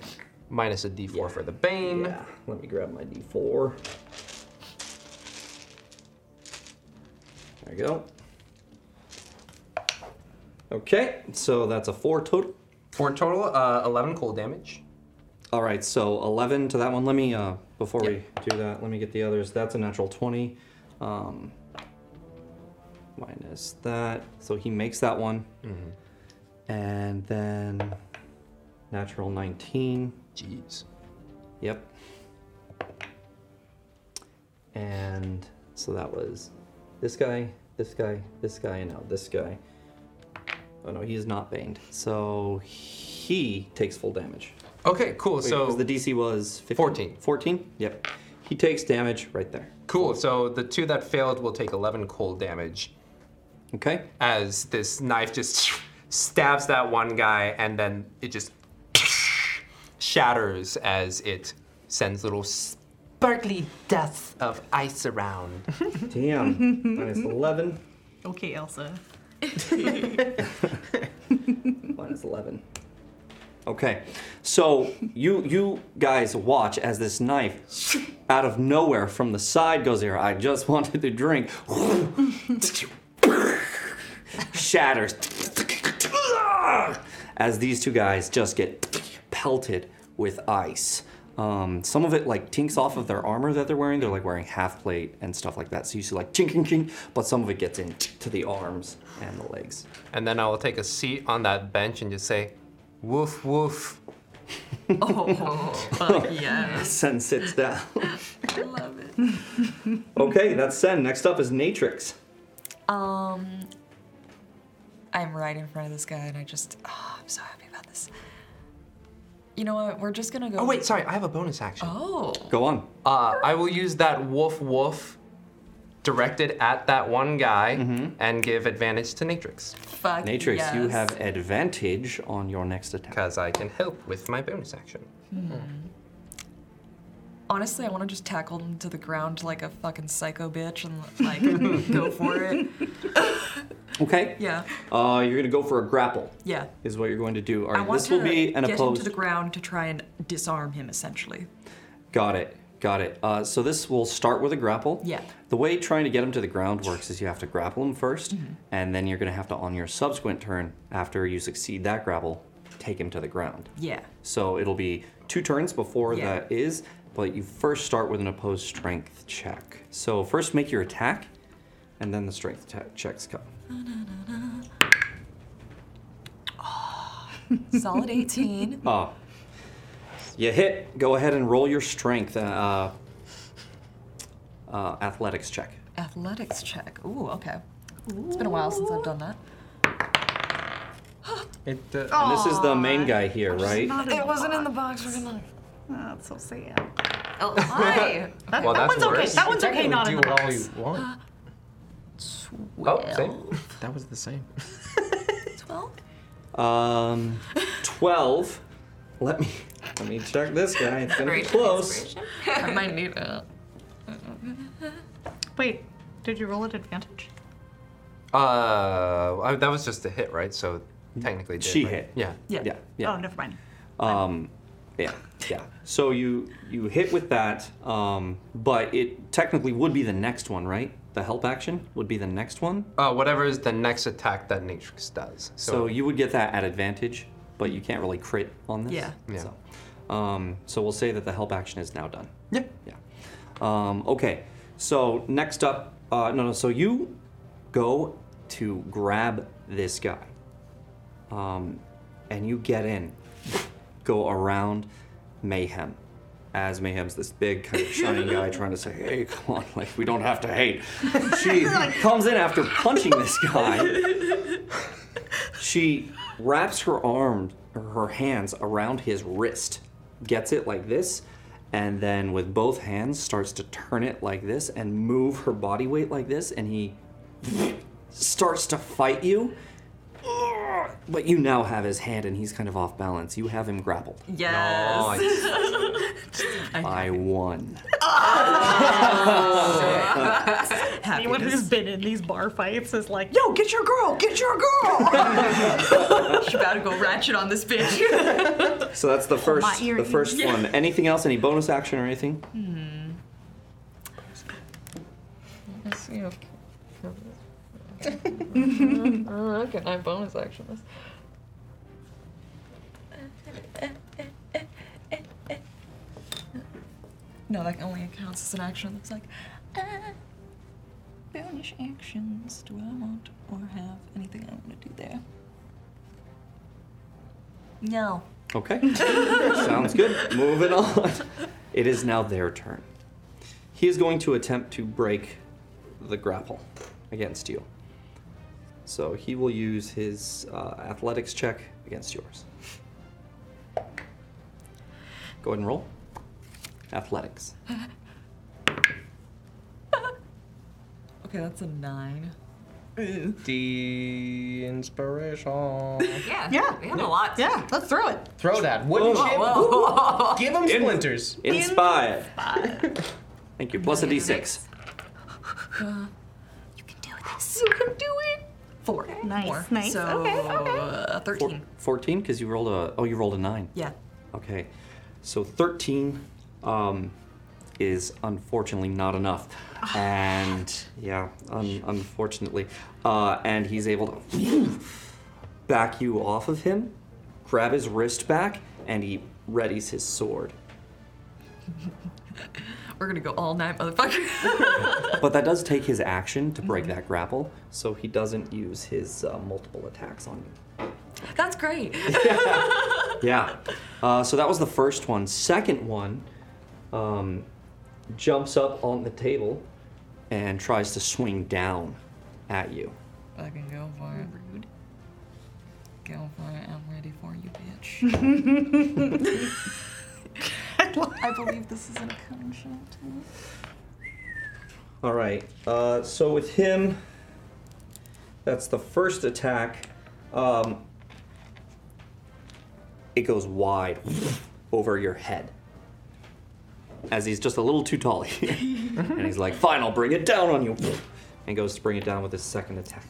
Speaker 2: Minus a d4 for the Bane.
Speaker 8: Yeah, let me grab my d4. There you go. Okay, so that's a four total.
Speaker 2: Four total, uh, 11 cold damage.
Speaker 8: All right, so 11 to that one. Let me, uh, before we do that, let me get the others. That's a natural 20. Um, minus that. So he makes that one.
Speaker 2: Mhm.
Speaker 8: And then natural 19.
Speaker 2: Jeez.
Speaker 8: Yep. And so that was this guy, this guy, this guy, and now this guy. Oh no, he is not baned. So he takes full damage.
Speaker 2: Okay, cool.
Speaker 8: Wait,
Speaker 2: so
Speaker 8: 'cause the DC was 15? 14. 14? Yep. He takes damage right there.
Speaker 2: Cool. So the two that failed will take 11 cold damage.
Speaker 8: Okay.
Speaker 2: As this knife just stabs that one guy and then it just shatters as it sends little sparkly deaths of ice around.
Speaker 8: Damn. Minus 11.
Speaker 5: Okay, Elsa.
Speaker 8: Minus 11. Okay. So you you guys watch as this knife out of nowhere from the side goes here. I just wanted to drink. Shatters. As these two guys just get pelted with ice. Um, some of it like tinks off of their armor that they're wearing. They're like wearing half plate and stuff like that. So you see like chink chink chink, but some of it gets in to the arms and the legs.
Speaker 2: And then I will take a seat on that bench and just say, woof, woof.
Speaker 8: Sen sits down. Okay, that's Sen. Next up is Natrix.
Speaker 6: Um, I'm right in front of this guy, and I just, oh, I'm so happy about this. You know what? We're just gonna go.
Speaker 2: Oh, wait, sorry. I have a bonus action.
Speaker 6: Oh.
Speaker 8: Go on.
Speaker 2: Uh, I will use that woof, woof directed at that one guy and give advantage to Natrix.
Speaker 6: Fuck.
Speaker 8: Natrix, you
Speaker 6: yes.
Speaker 8: have advantage on your next attack.
Speaker 2: Because I can help with my bonus action.
Speaker 6: Hmm. Honestly, I want to just tackle him to the ground like a fucking psycho bitch and like go for it.
Speaker 8: Okay.
Speaker 6: Yeah.
Speaker 8: Uh, you're gonna go for a grapple.
Speaker 6: Yeah.
Speaker 8: Is what you're going to do. All
Speaker 6: I
Speaker 8: right.
Speaker 6: want
Speaker 8: This will
Speaker 6: to
Speaker 8: be an
Speaker 6: get
Speaker 8: opposed.
Speaker 6: him to the ground to try and disarm him, essentially.
Speaker 8: Got it. Got it. Uh, so this will start with a grapple.
Speaker 6: Yeah.
Speaker 8: The way trying to get him to the ground works is you have to grapple him 1st
Speaker 6: Mm-hmm.
Speaker 8: and then you're gonna have to, on your subsequent turn, after you succeed that grapple, take him to the ground.
Speaker 6: Yeah.
Speaker 8: So it'll be two turns before
Speaker 6: Yeah.
Speaker 8: that is, but you first start with an opposed strength check. So first make your attack, and then the strength te- checks come.
Speaker 6: Solid 18.
Speaker 8: Oh. You hit. Go ahead and roll your strength uh, uh, athletics check.
Speaker 6: Athletics check. Ooh, okay. It's been a while since I've done that.
Speaker 8: It, and this is the main guy here, right?
Speaker 6: It wasn't in the box. We're gonna.
Speaker 5: that's so sad.
Speaker 6: Oh, why?
Speaker 5: That,
Speaker 2: Oh,
Speaker 5: that one's okay. That one's okay. Not in the box.
Speaker 1: want.
Speaker 8: Oh, same.
Speaker 1: That was the same.
Speaker 8: Um, twelve. Let me let me check this guy. It's gonna be close.
Speaker 6: I might need it.
Speaker 5: Wait, did you roll at advantage?
Speaker 2: Uh, I, that was just a hit, right? So technically, it did,
Speaker 8: She
Speaker 2: right?
Speaker 8: hit.
Speaker 2: Yeah.
Speaker 8: Yeah. Yeah.
Speaker 5: Oh, never mind.
Speaker 8: Um, yeah, yeah. So you you hit with that, um, but it technically would be the next one, right? The help action would be the next one.
Speaker 2: Uh, whatever is the next attack that Natrix does.
Speaker 8: So, you would get that at advantage, but you can't really crit on this.
Speaker 2: Yeah. Yeah.
Speaker 8: So, um, so we'll say that the help action is now done. Yeah. Yeah. Um, okay. So next up, uh, no, no. So you go to grab this guy, um, and you get in, go around Mayhem, as Mayhem's this big kind of shining guy trying to say, "Hey, come on, like we don't have to hate." She comes in after punching this guy she wraps her arm or her hands around his wrist gets it like this and then with both hands starts to turn it like this and move her body weight like this and he starts to fight you but you now have his hand and he's kind of off balance you have him grappled
Speaker 6: Yes.
Speaker 8: i won
Speaker 5: Anyone who's been in these bar fights is like, yo, get your girl, get your girl.
Speaker 6: She's about to go ratchet on this bitch.
Speaker 8: so that's the
Speaker 6: my
Speaker 8: first the
Speaker 6: earrings.
Speaker 8: first
Speaker 6: Yeah.
Speaker 8: one anything else any bonus action or anything
Speaker 6: Hmm. Let's see if. okay, I bonus action this. No, that only counts as an action. Looks like. Uh, bonus actions. Do I want or have anything I want to do there? No.
Speaker 8: Okay. Sounds good. Moving on. It is now their turn. He is going to attempt to break the grapple against you. So he will use his uh, athletics check against yours. Go ahead and roll. Athletics.
Speaker 6: Okay, that's a nine.
Speaker 1: D inspiration.
Speaker 7: Yeah.
Speaker 5: Yeah.
Speaker 7: We have a lot.
Speaker 5: Yeah, let's throw it.
Speaker 1: Throw that wooden
Speaker 7: Whoa.
Speaker 1: chip.
Speaker 7: Whoa.
Speaker 1: Give him splinters.
Speaker 8: Inspired. Thank you. Plus a d6.
Speaker 6: Uh, you can do it. Four.
Speaker 5: Nice,
Speaker 6: Four.
Speaker 5: nice.
Speaker 6: So,
Speaker 5: Okay, okay.
Speaker 6: Uh, Thirteen.
Speaker 8: 14 because you rolled a oh you rolled a 9
Speaker 6: Yeah.
Speaker 8: okay so 13 um, is unfortunately not enough and yeah un- unfortunately uh, and he's able to back you off of him grab his wrist back and he readies his sword
Speaker 6: We're gonna go all night, motherfucker.
Speaker 8: but that does take his action to break that grapple so he doesn't use his uh, multiple attacks on you
Speaker 6: That's great.
Speaker 8: Yeah. Uh, so that was the first one. Second one um, jumps up on the table and tries to swing down at you.
Speaker 6: I can go for it. Rude. Go for it. I'm ready for you, bitch. I believe this is an conjunction.
Speaker 8: All right. Uh, so with him, that's the first attack. Um, it goes wide over your head. As he's just a little too tall here. and he's like, fine, I'll bring it down on you. And goes to bring it down with his second attack.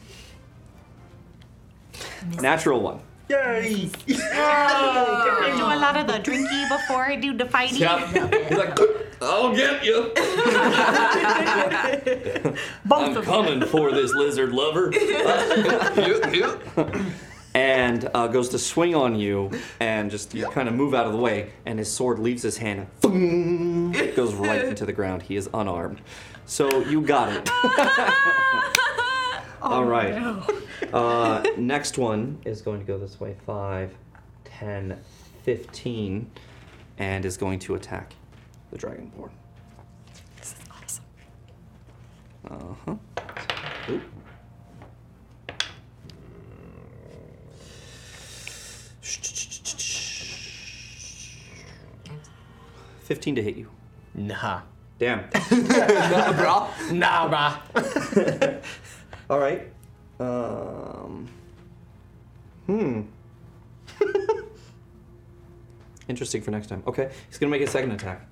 Speaker 8: Natural one. Yay!
Speaker 5: I do a lot of the drinky before I do the fighting.
Speaker 8: Yep. He's like, I'll get you. I'm coming for this lizard lover. and uh, goes to swing on you and just kind of move out of the way, and his sword leaves his hand. and goes right into the ground. He is unarmed. So you got it. All right. uh, next one is going to go this way 5, 10, 15, and is going to attack the Dragonborn.
Speaker 10: This is awesome.
Speaker 8: Uh huh. Uh-huh. Oop. Fifteen to hit you.
Speaker 1: Nah.
Speaker 8: Damn.
Speaker 1: nah, bro. Nah, bro.
Speaker 8: All right. Um. Hmm. Interesting for next time. Okay, he's gonna make a second attack.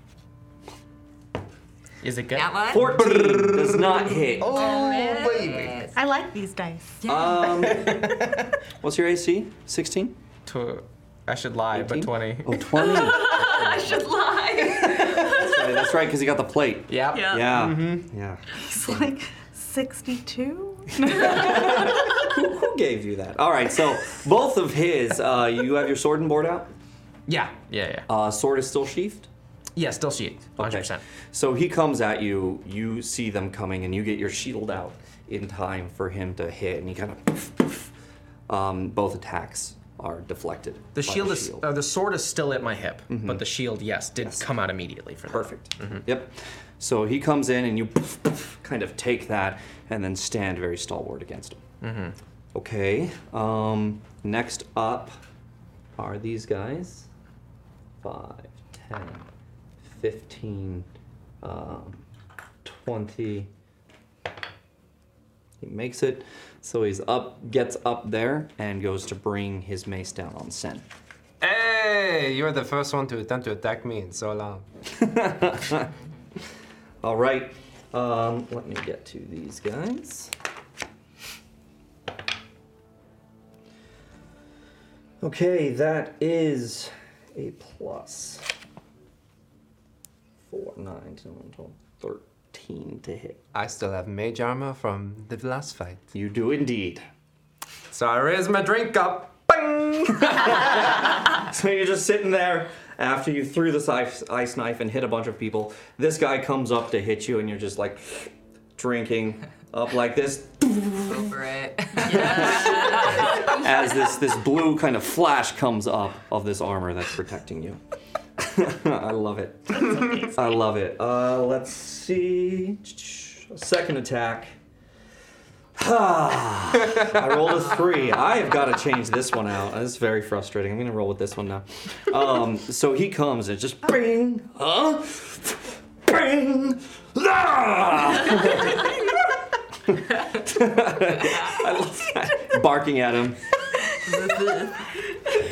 Speaker 1: Is it good?
Speaker 7: That one?
Speaker 8: 14 does not hit.
Speaker 2: Oh.
Speaker 7: baby.
Speaker 5: I like these dice.
Speaker 8: Um, what's your AC? 16?
Speaker 1: I should lie, but 20.
Speaker 8: Oh, 20.
Speaker 7: I should lie.
Speaker 8: Right, that's right, because he got the plate.
Speaker 1: Yep.
Speaker 5: Yeah.
Speaker 8: Yeah. Yeah.
Speaker 5: It's like 62?
Speaker 8: Who gave you that? All right, so both of his, uh, you have your sword and board out?
Speaker 1: Yeah. Yeah, yeah.
Speaker 8: Uh, sword is still sheathed?
Speaker 1: Yeah, still sheathed.
Speaker 8: 100%. So he comes at you, you see them coming, and you get your shield out in time for him to hit, and he kind of. Poof, poof. Um, both attacks are deflected. by
Speaker 1: The shield is,
Speaker 8: shield.
Speaker 1: uh, the sword is still at my hip, but the shield, yes, did come out immediately for that. Mm-hmm.
Speaker 8: Perfect. Yep. So he comes in, and you kind of take that and then stand very stalwart against him.
Speaker 1: Mm-hmm.
Speaker 8: Okay. Um, next up are these guys 5, 10, 15, um, 20. He makes it. So he's up, gets up there, and goes to bring his mace down on Sen.
Speaker 2: Hey, you're the first one to attempt to attack me in so long.
Speaker 8: All right. Um, let me get to these guys. Okay, that is a plus. 4, 9, 10, 12, 13 to hit.
Speaker 2: I still have mage armor from the last fight.
Speaker 8: You do indeed.
Speaker 2: So I raise my drink up.
Speaker 8: so you're just sitting there after you threw this ice, ice knife and hit a bunch of people. This guy comes up to hit you, and you're just like drinking up like this
Speaker 7: Over it.
Speaker 8: as this this blue kind of flash comes up of this armor that's protecting you. I love it. I love it. Uh, let's see. Second attack. I rolled a three. I have got to change this one out. This is very frustrating. I'm gonna roll with this one now. Um, so he comes and just bing, huh? Bing, ah! I love that. Barking at him.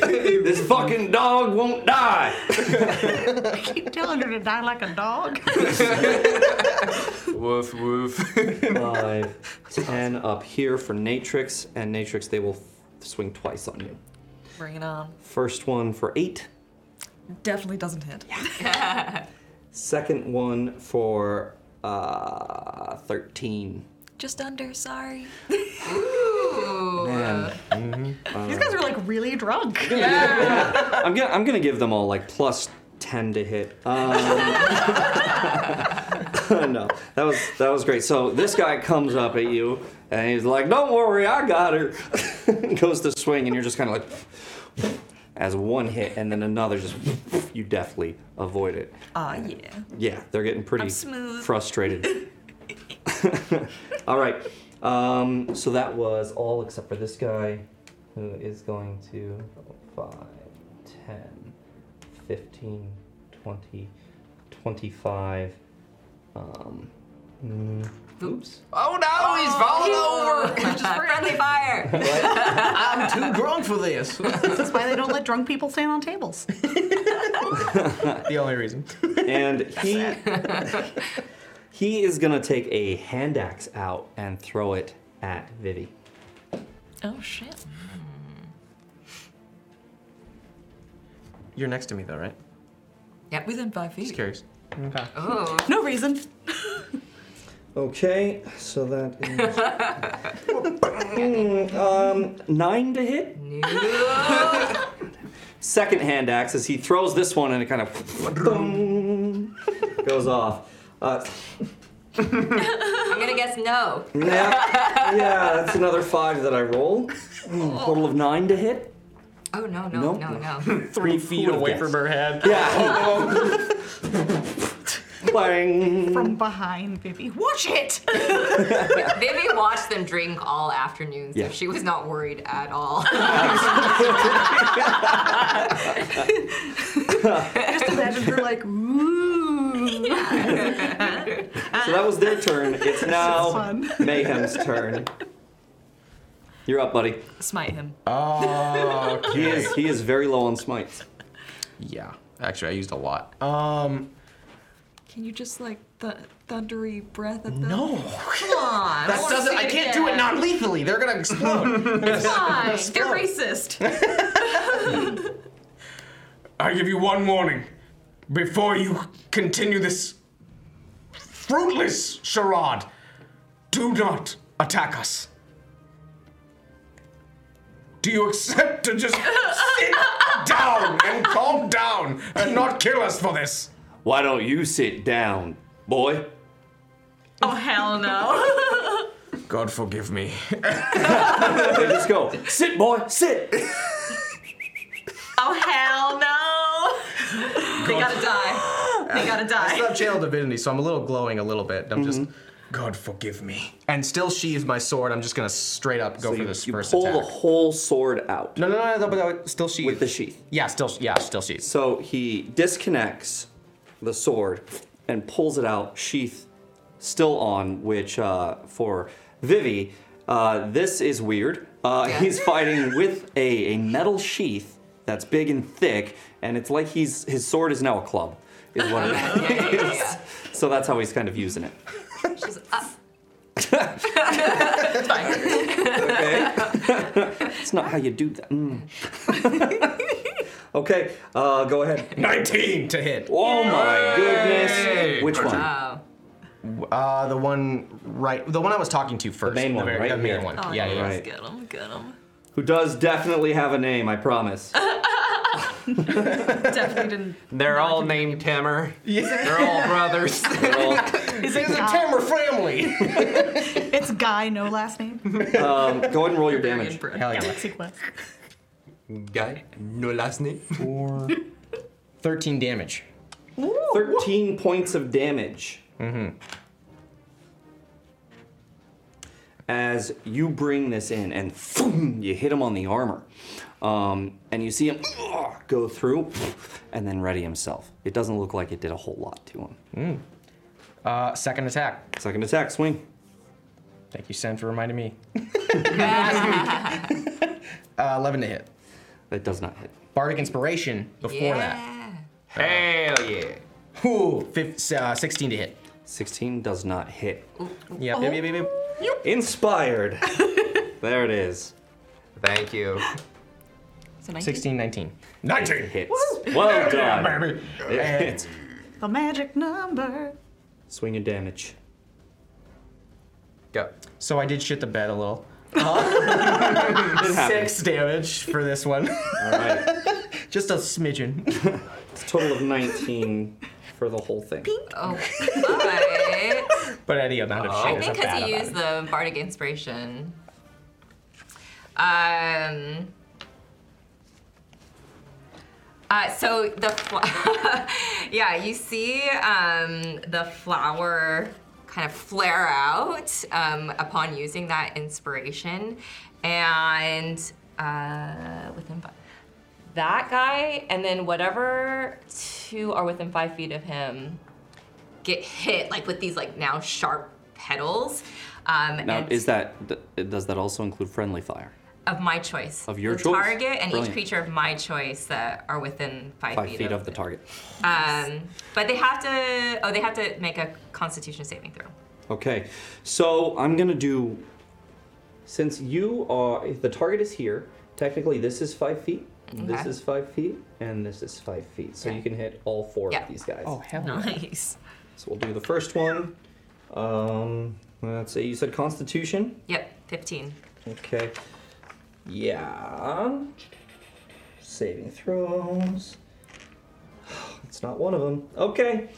Speaker 8: this fucking dog won't die.
Speaker 5: I keep telling her to die like a dog.
Speaker 8: woof woof. Five, ten up here for Natrix, and Natrix they will f- swing twice on you.
Speaker 6: Bring it on.
Speaker 8: First one for eight.
Speaker 6: Definitely doesn't hit.
Speaker 8: Second one for uh, thirteen.
Speaker 6: Just under, sorry.
Speaker 8: Man. Um,
Speaker 5: These guys are like really drunk.
Speaker 8: I'm gonna I'm gonna give them all like plus ten to hit. Um, no, that was that was great. So this guy comes up at you and he's like, "Don't worry, I got her." Goes to swing and you're just kind of like, as one hit and then another, just you deftly avoid it.
Speaker 6: Ah, yeah.
Speaker 8: Yeah, they're getting pretty
Speaker 6: I'm smooth.
Speaker 8: frustrated. all right. Um, so that was all except for this guy who is going to 5, 10, 15, 20, 25. Um, mm, oops.
Speaker 10: Oh no, he's falling over.
Speaker 7: Friendly fire.
Speaker 10: I'm too drunk for this.
Speaker 5: This is why they don't let drunk people stand on tables.
Speaker 1: the only reason.
Speaker 8: And he he is going to take a hand axe out and throw it at Vivi.
Speaker 6: Oh shit.
Speaker 1: You're next to me, though, right?
Speaker 6: Yeah, within five feet.
Speaker 1: Just curious. Okay.
Speaker 6: Oh.
Speaker 5: No reason.
Speaker 8: Okay, so that is. um, nine to hit. Second hand axe as he throws this one and it kind of. goes off. Uh,
Speaker 7: I'm gonna guess no.
Speaker 8: yeah, yeah, that's another five that I roll. Mm, Total of nine to hit.
Speaker 7: Oh no no
Speaker 8: Nope.
Speaker 7: no no.
Speaker 1: Three feet away from her head.
Speaker 8: Yeah. Bang.
Speaker 5: From behind Vivi. Watch it!
Speaker 7: Vivi watched them drink all afternoon, so
Speaker 8: Yeah.
Speaker 7: she was not worried at all.
Speaker 5: Just imagine her like, ooh.
Speaker 8: So that was their turn. It's now
Speaker 6: fun.
Speaker 8: Mayhem's turn. You're up, buddy.
Speaker 6: Smite him.
Speaker 1: Uh, Oh,
Speaker 8: He is he is very low on smites.
Speaker 1: Yeah. Actually, I used a lot. Um,
Speaker 6: Can you just like th- thundery breath at them?
Speaker 1: No.
Speaker 6: Come on.
Speaker 1: that doesn't. I can't do it non-lethally. They're gonna explode.
Speaker 6: You're racist.
Speaker 4: I give you one warning. Before you continue this fruitless charade, do not attack us. Do you accept to just sit down and calm down and not kill us for this?
Speaker 11: Why don't you sit down, boy?
Speaker 6: Oh hell no.
Speaker 4: God forgive me.
Speaker 8: They just go, sit, boy, sit.
Speaker 6: oh hell no. they gotta die. They gotta
Speaker 1: I still
Speaker 6: die.
Speaker 1: have channel divinity, so I'm a little glowing a little bit. I'm just.
Speaker 4: God forgive me.
Speaker 1: And still sheathe my sword. I'm just gonna straight up go for this first
Speaker 8: Pull the
Speaker 1: attack.
Speaker 8: whole sword out.
Speaker 1: No, no, no, no, no, but still sheathe.
Speaker 8: With the sheath.
Speaker 1: Yeah, still, yeah, still sheathe.
Speaker 8: So he disconnects the sword and pulls it out, sheath still on, which uh, for Vivi, uh, this is weird. Uh, He's fighting with a, a metal sheath that's big and thick, and it's like he's his sword is now a club, is what it is. So that's how he's kind of using it.
Speaker 7: She's up.
Speaker 8: It's not how you do that. Mm. okay, uh, go ahead.
Speaker 4: 19 to hit.
Speaker 8: Oh my goodness.
Speaker 1: Yay.
Speaker 8: Which one?
Speaker 7: Wow.
Speaker 1: Uh, the one right, the one I was talking to first. The
Speaker 8: main one,
Speaker 1: very-
Speaker 8: right
Speaker 1: the main
Speaker 8: here.
Speaker 1: one.
Speaker 8: Oh,
Speaker 1: yeah, yeah.
Speaker 8: Right.
Speaker 6: Get him, get him.
Speaker 8: Who does definitely have a name, I promise.
Speaker 6: Definitely didn't.
Speaker 2: They're all named Tamer. They're all brothers.
Speaker 5: Is it Guy?
Speaker 1: family.
Speaker 5: It's Guy, no last name.
Speaker 8: um, go ahead and roll your damage.
Speaker 1: Hell yeah.
Speaker 5: Galaxy Quest.
Speaker 2: Guy, no last name.
Speaker 1: Four. Thirteen damage.
Speaker 8: 13 points of damage
Speaker 1: Mm-hmm.
Speaker 8: as you bring this in and you hit him on the armor. Um, and you see him go through and then ready himself. It doesn't look like it did a whole lot to him.
Speaker 1: Uh, second attack.
Speaker 8: Second attack, swing.
Speaker 1: Thank you, Sen, for reminding me. uh, Eleven to hit.
Speaker 8: That does not hit.
Speaker 1: Bardic inspiration before that.
Speaker 2: Hell yeah.
Speaker 1: Ooh, fif- uh, sixteen to hit.
Speaker 8: 16 does not hit.
Speaker 1: Mm. Yep, yep, yep, yep, yep.
Speaker 8: Inspired. there it is.
Speaker 2: Thank you.
Speaker 7: So 19?
Speaker 1: 16, 19.
Speaker 4: 19
Speaker 8: hits. Well
Speaker 4: Yeah,
Speaker 8: done.
Speaker 4: baby.
Speaker 8: It hits.
Speaker 5: The magic number.
Speaker 8: Swing your damage.
Speaker 2: Go.
Speaker 1: So I did shit the bed a little.
Speaker 8: happens.
Speaker 1: Six damage for this one.
Speaker 8: All right.
Speaker 1: Just a smidgen.
Speaker 8: It's a total of 19 for the whole thing.
Speaker 7: Oh, alright.
Speaker 1: But any amount of
Speaker 8: Oh.
Speaker 1: shit is
Speaker 7: I
Speaker 1: a
Speaker 7: think because
Speaker 1: bad
Speaker 7: he
Speaker 1: amount.
Speaker 7: used the bardic inspiration. Um. Uh, so the fl- yeah, you see um, the flower kind of flare out um, upon using that inspiration, and uh, within five, that guy, and then whatever two are within five feet of him get hit like with these like now sharp petals. Um,
Speaker 8: Now,
Speaker 7: and
Speaker 8: is that d- does that also include friendly fire?
Speaker 7: of my choice.
Speaker 8: of your
Speaker 7: the
Speaker 8: choice?
Speaker 7: Target and
Speaker 8: Brilliant.
Speaker 7: each creature of my choice that are within five,
Speaker 8: Five feet of the
Speaker 7: it.
Speaker 8: target.
Speaker 7: Um, but they have to. Oh, they have to make a Constitution saving throw.
Speaker 8: Okay, so I'm gonna do. Since you are, if the target is here, technically this is five feet, this
Speaker 7: Okay.
Speaker 8: is five feet, and this is five feet. So you can hit all four
Speaker 7: Oh, Yeah.
Speaker 8: of these guys.
Speaker 1: hell
Speaker 7: Nice.
Speaker 8: So we'll do the first one. Um, let's see. You said Constitution.
Speaker 7: Yep, fifteen.
Speaker 8: Okay. Yeah. Saving throws. It's not one of them. Okay.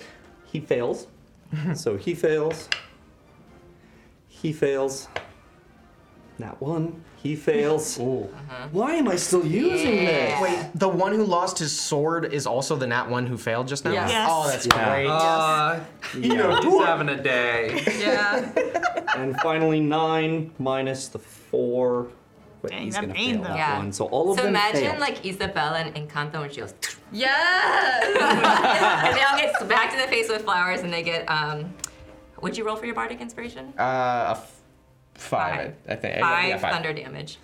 Speaker 8: He fails. so he fails. He fails. Not one. He fails.
Speaker 7: Uh-huh.
Speaker 8: Why am I still using this?
Speaker 1: Wait, the one who lost his sword is also the nat one who failed just now?
Speaker 8: Yes. Yes.
Speaker 1: Oh, that's
Speaker 8: Yeah.
Speaker 1: great.
Speaker 8: Uh,
Speaker 1: you
Speaker 8: know,
Speaker 2: he's having a day.
Speaker 6: Yeah.
Speaker 8: and finally nine minus the four. Wait,
Speaker 7: Dang,
Speaker 8: he's
Speaker 7: that
Speaker 8: gonna
Speaker 7: mean,
Speaker 8: fail
Speaker 7: though.
Speaker 8: that
Speaker 7: Yeah.
Speaker 8: one. So all of
Speaker 7: so
Speaker 8: them
Speaker 7: imagine
Speaker 8: fail.
Speaker 7: like Isabel and Encanto when she goes, yeah, and they all get smacked in the face with flowers, and they get. um Would you roll for your bardic inspiration?
Speaker 1: Uh, a f- five, I I think. Yeah,
Speaker 7: Five,
Speaker 1: yeah,
Speaker 7: thunder damage.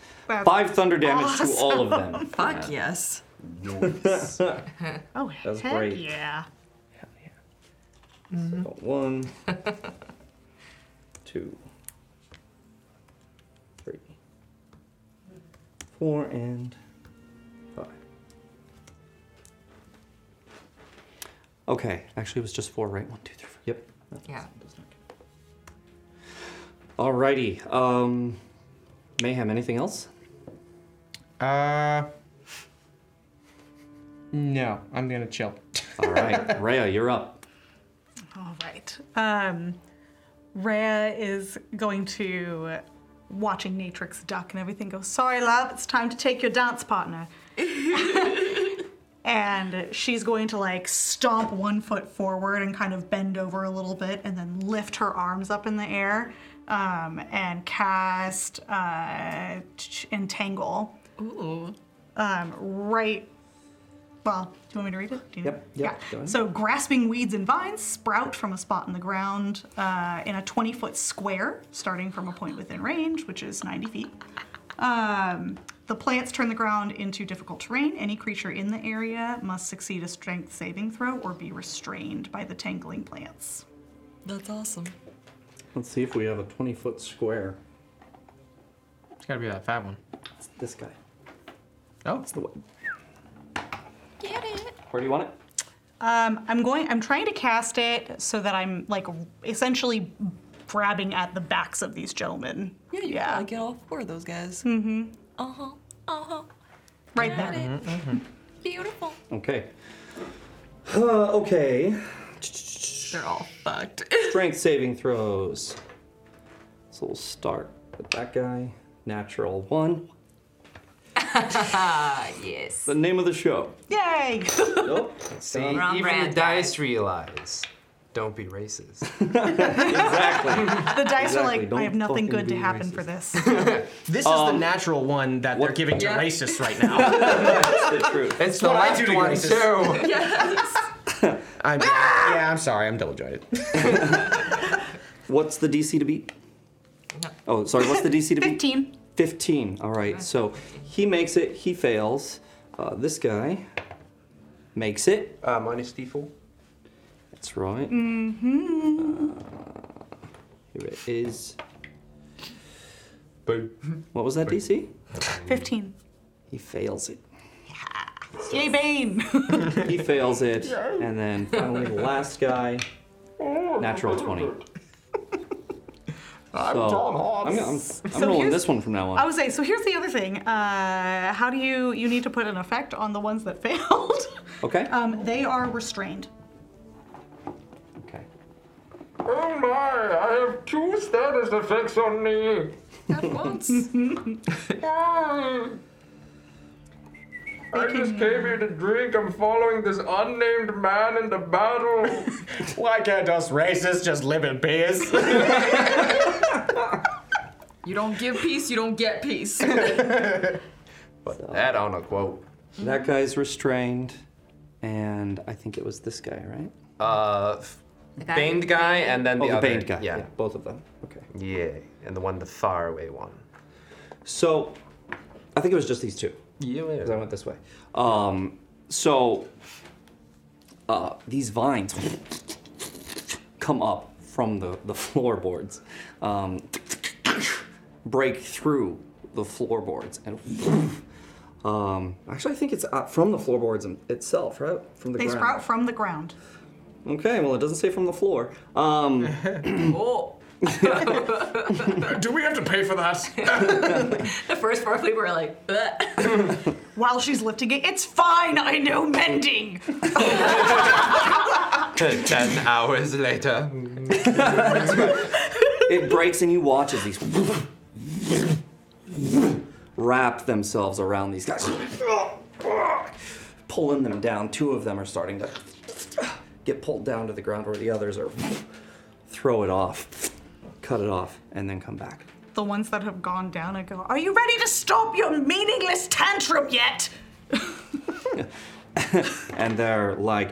Speaker 8: Five thunder damage to all of them.
Speaker 6: Fuck yes.
Speaker 5: oh,
Speaker 8: That's
Speaker 5: heck
Speaker 8: great.
Speaker 5: yeah.
Speaker 8: So one, two, three, four, and five. Okay, actually, it was just four, right? One, two, three, four. Yep.
Speaker 7: Yeah.
Speaker 8: Alrighty. Um, Mayhem, anything else?
Speaker 1: Uh, no, I'm gonna chill.
Speaker 8: All right, Rhea, you're up.
Speaker 5: All right. Um, Rhea is going to watching Natrix duck and everything go, sorry, love, it's time to take your dance partner. and she's going to like stomp one foot forward and kind of bend over a little bit and then lift her arms up in the air um, and cast uh, ch- Entangle. Ooh. Um, right. Well, do you want me to read it? Do you
Speaker 8: Yep, yep, go
Speaker 5: yeah.
Speaker 8: ahead.
Speaker 5: So grasping weeds and vines sprout from a spot in the ground uh, in a 20 foot square, starting from a point within range, which is 90 feet. Um, the plants turn the ground into difficult terrain. Any creature in the area must succeed a strength saving throw or be restrained by the tangling plants.
Speaker 6: That's awesome.
Speaker 8: Let's see if we have a 20 foot square.
Speaker 1: It's gotta be that fat one.
Speaker 8: It's this guy.
Speaker 1: Oh,
Speaker 8: it's the one. Get it. Where do you want it?
Speaker 5: Um, I'm going. I'm trying to cast it so that I'm like essentially grabbing at the backs of these gentlemen.
Speaker 6: Yeah, you
Speaker 5: Yeah.
Speaker 6: gotta get all four of those guys.
Speaker 5: Mm-hmm.
Speaker 6: Uh huh. Uh huh.
Speaker 5: Right there.
Speaker 1: Mm-hmm,
Speaker 6: Beautiful.
Speaker 8: Okay. Uh, okay. They're
Speaker 6: all fucked.
Speaker 8: Strength saving throws. So we'll start with that guy. Natural one.
Speaker 7: yes.
Speaker 8: The name of the show.
Speaker 5: Yay!
Speaker 8: Nope.
Speaker 2: See,
Speaker 8: Wrong
Speaker 2: even
Speaker 8: brand,
Speaker 2: the dice realize. Don't be racist.
Speaker 5: The dice are
Speaker 2: Exactly,
Speaker 5: like,
Speaker 2: don't
Speaker 5: I have nothing
Speaker 2: fucking
Speaker 5: good to
Speaker 2: be
Speaker 5: happen for this.
Speaker 1: This is
Speaker 8: Um,
Speaker 1: the natural one that they're giving to
Speaker 5: Yeah.
Speaker 1: racists right now.
Speaker 8: That's the truth.
Speaker 1: It's
Speaker 2: the left one, too.
Speaker 1: I'm,
Speaker 8: Ah!
Speaker 1: yeah, I'm sorry. I'm double jointed.
Speaker 8: What's the DC to beat? Oh, sorry. What's the DC to beat?
Speaker 5: 15.
Speaker 8: 15. All right. So he makes it. He fails. Uh, this guy makes it.
Speaker 2: Uh, minus D4.
Speaker 8: That's right. Uh,
Speaker 5: Mm-hmm.
Speaker 8: Here it is. Boom. What was that DC?
Speaker 5: 15.
Speaker 8: He fails it.
Speaker 5: Yay, Bane!
Speaker 8: he fails it.
Speaker 5: Yay.
Speaker 8: And then finally, the last guy, natural 20.
Speaker 14: Oh, I'm
Speaker 8: so,
Speaker 14: Tom
Speaker 8: I'm,
Speaker 14: Hanks.
Speaker 8: I'm, I'm
Speaker 5: So
Speaker 8: rolling
Speaker 5: here's-
Speaker 8: this one from now on.
Speaker 5: I would say, so here's the other thing. Uh, how do you, you need to put an effect on the ones that failed.
Speaker 8: Okay.
Speaker 5: Um, they are restrained.
Speaker 14: Oh my, I have two status effects on me. At once. I just came here to drink. I'm following this unnamed man into battle.
Speaker 1: Why can't us racists just live in peace?
Speaker 6: You don't give peace, you don't get peace.
Speaker 2: Put
Speaker 8: uh,
Speaker 2: that on a quote.
Speaker 8: That guy's restrained, and I think it was this guy, right?
Speaker 2: Uh,
Speaker 7: the
Speaker 8: guy-
Speaker 2: Baned guy and then
Speaker 8: Oh,
Speaker 2: the,
Speaker 8: the
Speaker 2: other.
Speaker 8: Baned guy,
Speaker 2: Yeah.
Speaker 8: yeah, both of them. Okay.
Speaker 2: Yeah, and the one, the faraway one.
Speaker 8: So, I think it was just these two. Yeah, because I went this way. Um, so, uh, these vines come up from the the floorboards, um, break through the floorboards, and um, actually, I think it's uh, from the floorboards im- itself, right? From the
Speaker 5: they
Speaker 8: ground.
Speaker 5: sprout from the ground.
Speaker 8: Okay, well, it doesn't say from the floor. Um,
Speaker 7: Oh.
Speaker 4: Do we have to pay for that?
Speaker 7: the first four people were like, "Bleh."
Speaker 5: While she's lifting it, it's fine, I know mending!
Speaker 2: Ten hours later.
Speaker 8: it breaks and you watch as these wrap themselves around these guys, pulling them down. Two of them are starting to get pulled down to the ground, where the others are throw it off, cut it off, and then come back.
Speaker 5: The ones that have gone down, I go, Are you ready to stop your meaningless tantrum yet?
Speaker 8: And they're like,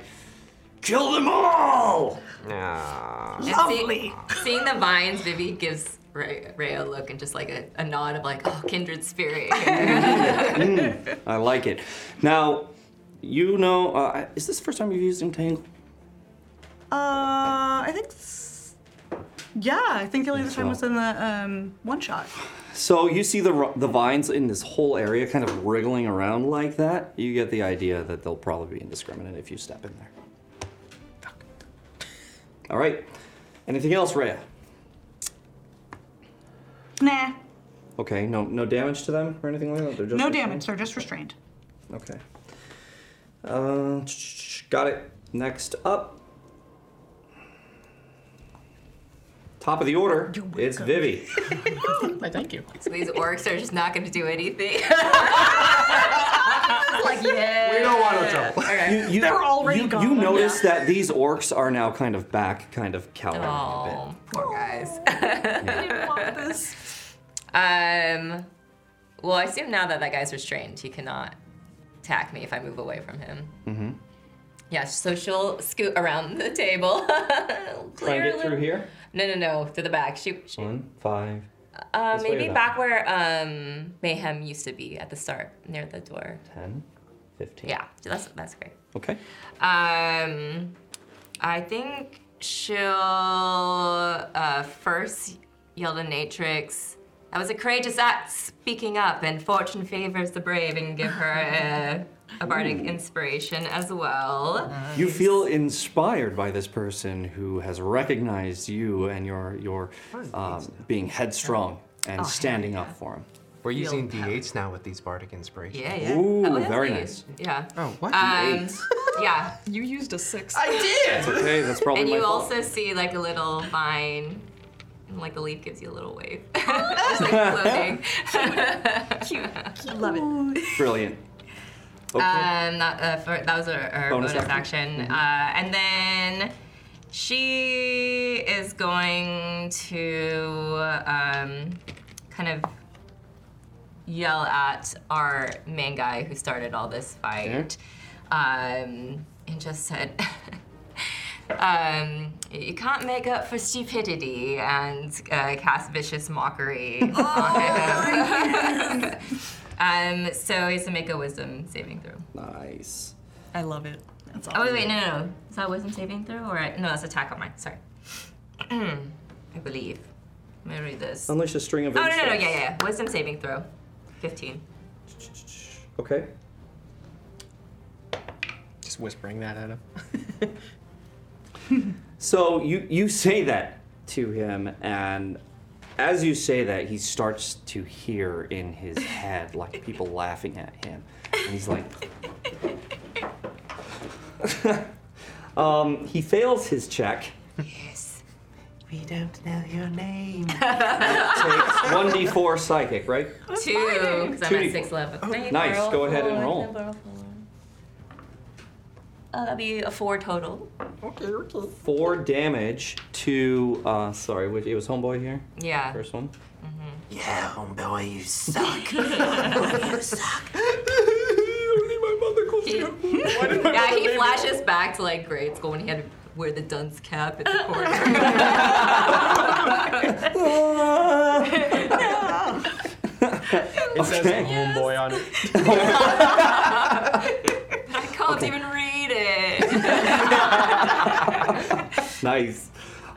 Speaker 8: kill them all.
Speaker 2: Yeah.
Speaker 7: And see- seeing the vines, Vivi gives Ray, Ray a look and just like a, a nod of like, oh, kindred spirit.
Speaker 8: Mm, I like it. Now, you know, uh, is this the first time you've used Entangle?
Speaker 5: Uh, I think. s- Yeah, I think the only other time was in the um, one shot.
Speaker 8: So you see the ro- the vines in this whole area kind of wriggling around like that. You get the idea that they'll probably be indiscriminate if you step in there. All right. Anything else, Rhea?
Speaker 5: Nah,
Speaker 8: Okay. No no damage to them or anything like that. They're just
Speaker 5: no
Speaker 8: restrained?
Speaker 5: damage. They're just restrained.
Speaker 8: Okay. Uh, got it. Next up, top of the order. It's Vivi.
Speaker 7: Thank you. So these orcs are just not going to do anything. like, yeah. Okay.
Speaker 8: You, They're already you, gone. You notice that these orcs are now kind of back, kind of cowering a bit.
Speaker 7: Poor guys. Um, well, I assume now that that guy's restrained, he cannot attack me if I move away from him.
Speaker 8: Mm-hmm.
Speaker 7: Yeah, so she'll scoot around the table.
Speaker 8: Try and get through here.
Speaker 7: No, no, no, to the back. She,
Speaker 8: One, five.
Speaker 7: uh,
Speaker 8: This way or
Speaker 7: maybe
Speaker 8: that
Speaker 7: back where um, Mayhem used to be at the start, near the door.
Speaker 8: 10, 15.
Speaker 7: Yeah, that's that's great.
Speaker 8: Okay.
Speaker 7: Um, I think she'll uh, first yell to Natrix. That was a courageous act, speaking up, and fortune favors the brave, and give her a, a bardic
Speaker 8: Ooh. Uh-huh.
Speaker 7: inspiration as well.
Speaker 8: You feel inspired by this person who has recognized you and your your um, being headstrong and
Speaker 2: Oh, hell
Speaker 8: standing up for him.
Speaker 2: We're using D8s now with these bardic inspirations.
Speaker 7: Yeah, yeah.
Speaker 8: Ooh,
Speaker 7: Oh, that's
Speaker 8: very
Speaker 7: what you-
Speaker 8: nice.
Speaker 7: Yeah.
Speaker 2: Oh, what?
Speaker 7: Um,
Speaker 2: D8s.
Speaker 7: yeah.
Speaker 6: You used a six.
Speaker 7: I did.
Speaker 8: That's okay, that's probably
Speaker 7: And
Speaker 8: my
Speaker 7: you
Speaker 8: fault.
Speaker 7: also see like a little vine, and, like the leaf gives you a little wave, just like floating.
Speaker 5: Love it.
Speaker 8: Brilliant. Okay.
Speaker 7: Um, that, uh, for, that was her, her
Speaker 8: Bonus
Speaker 7: bonus,
Speaker 8: action.
Speaker 7: action. Uh, and then she is going to um, kind of yell at our main guy who started all this fight um, and just said, um, You can't make up for stupidity and uh, cast vicious mockery. on him. um, so he has to make a wisdom saving throw.
Speaker 8: Nice.
Speaker 6: I love it. That's
Speaker 7: Oh wait, wait, no, no, no. Is that wisdom saving throw or no? That's attack on mine. Sorry. I believe. Let me read this. Oh
Speaker 8: Unleash a string of
Speaker 7: no, no, no.
Speaker 8: insults.
Speaker 7: Yeah, yeah. yeah. Wisdom saving throw. Fifteen.
Speaker 8: Okay.
Speaker 1: Just whispering that at him.
Speaker 8: So you you say that to him, and as you say that, he starts to hear in his head like people laughing at him, and he's like, um, he fails his check.
Speaker 7: Yes.
Speaker 2: We don't know your name.
Speaker 8: Takes one d four psychic, right?
Speaker 7: Two, because I'm
Speaker 8: Two. Oh,
Speaker 7: at six level.
Speaker 8: nice, go ahead and roll.
Speaker 7: Oh, that'd be a four total. Okay, okay.
Speaker 8: Four damage to uh, sorry, which it was homeboy here.
Speaker 7: Yeah.
Speaker 8: First one.
Speaker 7: Yeah, homeboy, you
Speaker 2: suck.
Speaker 7: you suck. yeah, he flashes back to like grade school when he had to wear the dunce cap at the corner.
Speaker 1: It says homeboy on it.
Speaker 7: but I can't even read it.
Speaker 8: Nice.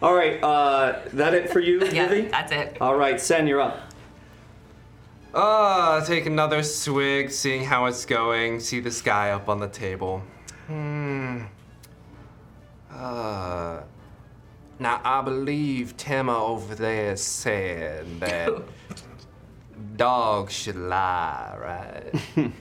Speaker 8: All right, uh, that it for you,
Speaker 7: yeah,
Speaker 8: Vivi?
Speaker 7: that's it.
Speaker 8: All right, Sen, you're up.
Speaker 2: Ah, take another swig, seeing how it's going. See this guy up on the table. Hmm. Uh, now I believe Tema over there said that dogs should lie, right?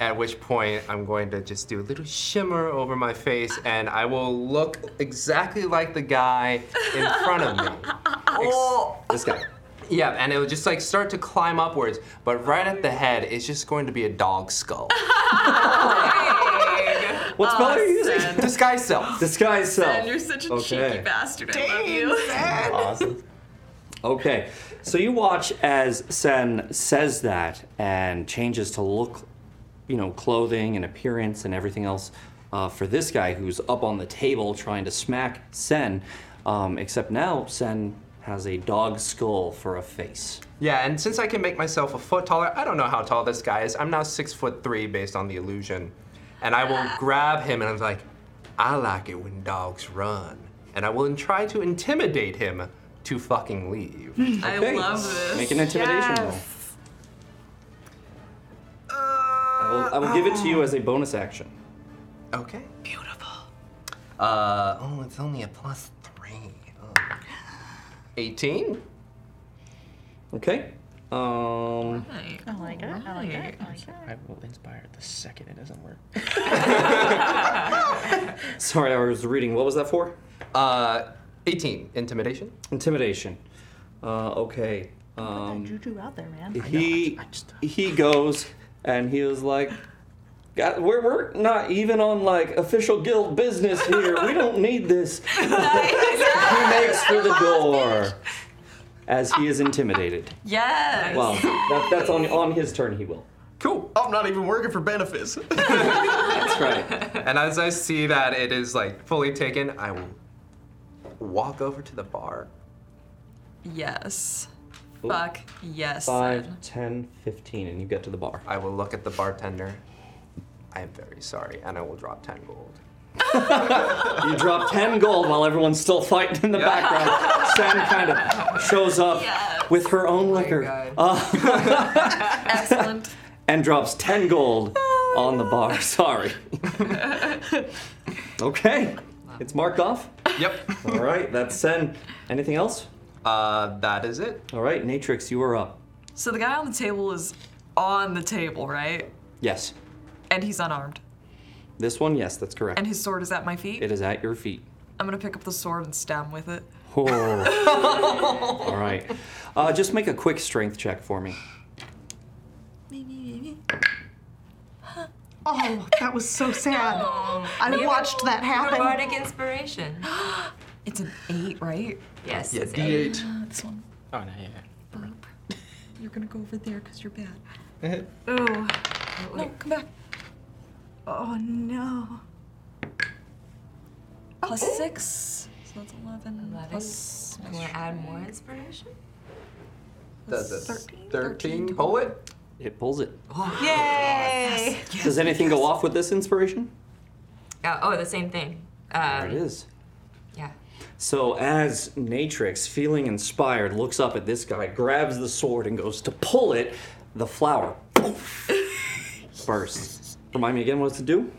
Speaker 2: At which point, I'm going to just do a little shimmer over my face, and I will look exactly like the guy in front of me.
Speaker 7: Oh.
Speaker 2: This guy. Yeah, and it'll just like start to climb upwards, but right at the head, it's just going to be a dog skull. What spell are you using? Disguise self.
Speaker 8: Disguise self.
Speaker 10: Sen, you're such a cheeky bastard. I love
Speaker 7: Dang,
Speaker 10: you.
Speaker 8: Awesome. Okay, so you watch as Sen says that and changes to look, you know, clothing and appearance and everything else uh, for this guy who's up on the table trying to smack Sen. Um, except now Sen has a dog skull for a face.
Speaker 2: Yeah, and since I can make myself a foot taller, I don't know how tall this guy is. I'm now six foot three based on the illusion. And I will grab him and I'm like, I like it when dogs run. And I will try to intimidate him to fucking leave.
Speaker 10: I love this.
Speaker 8: Make an intimidation roll. I will, I will give it to you as a bonus action.
Speaker 2: Okay. Beautiful. Uh, oh, it's only a plus three. Oh. 18?
Speaker 8: Okay. Um.
Speaker 10: I like it. I like it.
Speaker 1: I will inspire the second it doesn't work.
Speaker 8: Sorry, I was reading. What was that for?
Speaker 2: Uh, 18. Intimidation?
Speaker 8: Intimidation. Uh, okay. Um,
Speaker 5: Juju out there, man.
Speaker 8: he he goes and he was like, "God, we're we're not even on like official guild business here. We don't need this." he makes through the door as he is intimidated.
Speaker 10: Yes.
Speaker 8: Well, that, that's on on his turn. He will.
Speaker 2: Cool. I'm not even working for benefits.
Speaker 8: That's right.
Speaker 2: And as I see that it is like fully taken, I will walk over to the bar.
Speaker 6: Yes.
Speaker 8: Ooh.
Speaker 6: Fuck. Yes.
Speaker 8: Five, ten, fifteen, and you get to the bar.
Speaker 2: I will look at the bartender. I am very sorry, and I will drop 10 gold.
Speaker 8: You drop 10 gold while everyone's still fighting in the background. Sam kind of shows up
Speaker 7: Uh,
Speaker 8: with her own liquor. Uh,
Speaker 6: Excellent.
Speaker 8: and drops 10 gold on the bar. Sorry. Okay. It's marked off?
Speaker 2: Yep.
Speaker 8: All right, that's Sen. Anything else?
Speaker 2: Uh, that is it.
Speaker 8: All right, Natrix, you are up.
Speaker 6: So the guy on the table is on the table, right?
Speaker 8: Yes.
Speaker 6: And he's unarmed.
Speaker 8: This one, yes, that's correct.
Speaker 6: And his sword is at my feet.
Speaker 8: It is at your feet.
Speaker 6: I'm gonna pick up the sword and stab him with it.
Speaker 8: Oh. All right. Uh, just make a quick strength check for me.
Speaker 5: Oh, that was so sad. I
Speaker 7: You
Speaker 5: watched that happen.
Speaker 7: Bardic inspiration.
Speaker 6: it's an eight, right?
Speaker 7: Yes.
Speaker 1: Yeah,
Speaker 7: it's
Speaker 1: D8.
Speaker 7: eight.
Speaker 6: Ah, this one.
Speaker 1: Oh, no, yeah.
Speaker 6: You're gonna go over there because you're bad.
Speaker 1: yeah.
Speaker 6: Oh. No, come back. Oh no. Plus
Speaker 5: Oh.
Speaker 6: six. So that's 11. Plus.
Speaker 7: You want to add more inspiration?
Speaker 2: That's a 13, Pull it?
Speaker 8: It pulls it.
Speaker 7: Yay!
Speaker 8: Does anything go off with this inspiration?
Speaker 7: Uh, oh, the same thing.
Speaker 8: There
Speaker 6: Uh,
Speaker 7: Um,
Speaker 8: it is.
Speaker 7: Yeah.
Speaker 8: So as Natrix, feeling inspired, looks up at this guy, grabs the sword, and goes to pull it, the flower bursts. Remind me again what it's to do?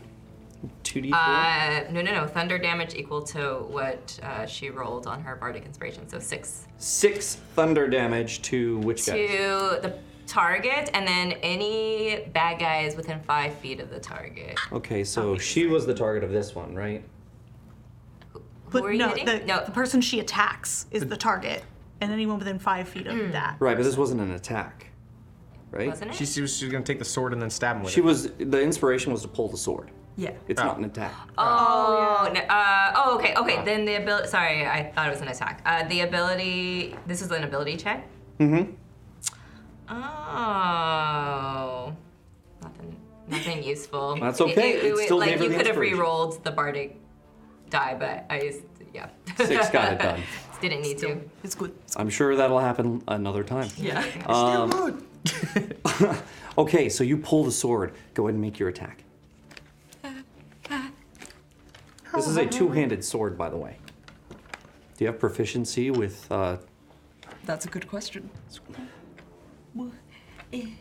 Speaker 8: 2d4?
Speaker 7: Uh, no, no, no. Thunder damage equal to what uh, she rolled on her bardic inspiration, so six
Speaker 8: Six thunder damage to which guy?
Speaker 7: to the target, and then any bad guys within five feet of the target.
Speaker 8: Okay, so she was the target of this one, right?
Speaker 5: But
Speaker 7: Who are you
Speaker 5: no,
Speaker 7: hitting?
Speaker 5: the, the person she attacks is the target, and anyone within five feet of
Speaker 6: Hmm.
Speaker 5: that.
Speaker 8: Right, but this wasn't an attack, right?
Speaker 5: Wasn't
Speaker 1: She, she was, she was going to take the sword and then stab him with
Speaker 8: She
Speaker 1: it.
Speaker 8: was, the inspiration was to pull the sword.
Speaker 6: Yeah.
Speaker 8: It's not an attack.
Speaker 7: Oh, no, uh, oh, okay, okay. Then the ability. Sorry, I thought it was an attack. Uh, the ability. This is an ability check.
Speaker 8: Mm-hmm.
Speaker 7: Oh, nothing, nothing useful.
Speaker 8: That's okay,
Speaker 7: It,
Speaker 8: it still
Speaker 7: like
Speaker 8: gave her
Speaker 7: you
Speaker 8: the
Speaker 7: could have
Speaker 8: inspiration.
Speaker 7: re-rolled the bardic die, but I just yeah.
Speaker 8: Six got it done.
Speaker 7: Didn't need to.
Speaker 6: It's good.
Speaker 8: I'm sure that'll happen another time.
Speaker 7: Yeah.
Speaker 8: Um, okay, so you pull the sword. Go ahead and make your attack. This is a two-handed sword, by the way. Do you have proficiency with? Uh,
Speaker 6: That's a good question.
Speaker 10: Over here.